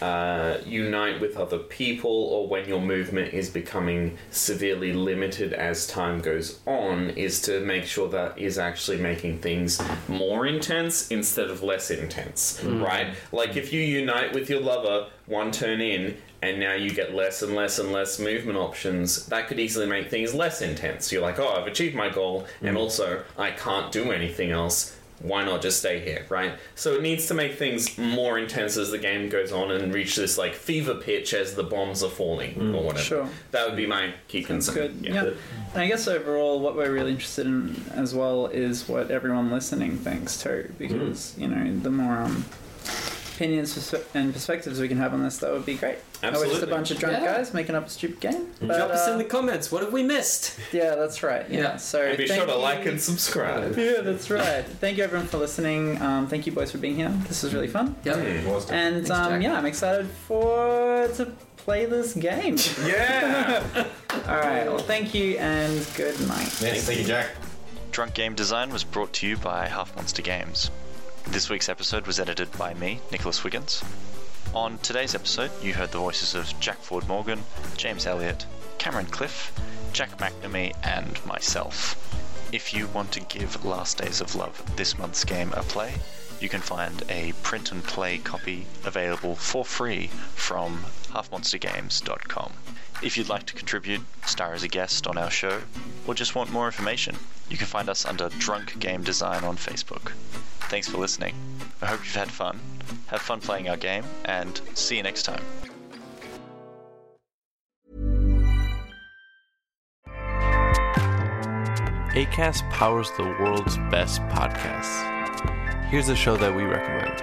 Speaker 4: uh, unite with other people or when your movement is becoming severely limited as time goes on, is to make sure that is actually making things more intense instead of less intense, right? Like if you unite with your lover one turn in and now you get less and less and less movement options, that could easily make things less intense. You're like, oh, I've achieved my goal, and also I can't do anything else. Why not just stay here, right? So it needs to make things more intense as the game goes on and reach this like fever pitch as the bombs are falling or whatever.
Speaker 3: Mm, Sure.
Speaker 4: That would be my key
Speaker 3: Sounds
Speaker 4: concern.
Speaker 3: good. Yeah. And I guess overall, what we're really interested in as well is what everyone listening thinks too, because you know the more um, opinions perspe- and perspectives we can have on this, that would be great. Now We're just a
Speaker 4: Absolutely.
Speaker 3: bunch of drunk
Speaker 1: Yeah.
Speaker 3: guys making up a stupid game. But,
Speaker 1: Drop us
Speaker 3: uh,
Speaker 1: in the comments. What have we missed?
Speaker 3: yeah, that's right. Yeah.
Speaker 1: Yeah.
Speaker 3: So
Speaker 4: And be
Speaker 3: thank
Speaker 4: sure to
Speaker 3: you-
Speaker 4: like and subscribe.
Speaker 3: Yeah, that's right. Thank you everyone for listening. Um, thank you boys for being here. This was really fun.
Speaker 1: Yep.
Speaker 5: It was done.
Speaker 3: And
Speaker 1: Thanks,
Speaker 3: um,
Speaker 1: Jack.
Speaker 3: yeah, I'm excited for to play this game.
Speaker 4: Yeah.
Speaker 3: All right. Well, thank you and good night.
Speaker 5: Yes, thank you, Jack.
Speaker 6: Drunk Game Design was brought to you by Half Monster Games. This week's episode was edited by me, Nicholas Wiggins. On today's episode, you heard the voices of Jack Ford Morgan, James Elliott, Cameron Cliff, Jack McNamee, and myself. If you want to give Last Days of Love this month's game a play, you can find a print and play copy available for free from halfmonstergames.com. If you'd like to contribute, star as a guest on our show, or just want more information, you can find us under Drunk Game Design on Facebook. Thanks for listening. I hope you've had fun. Have fun playing our game, and see you next time.
Speaker 9: ACAST powers the world's best podcasts. Here's a show that we recommend.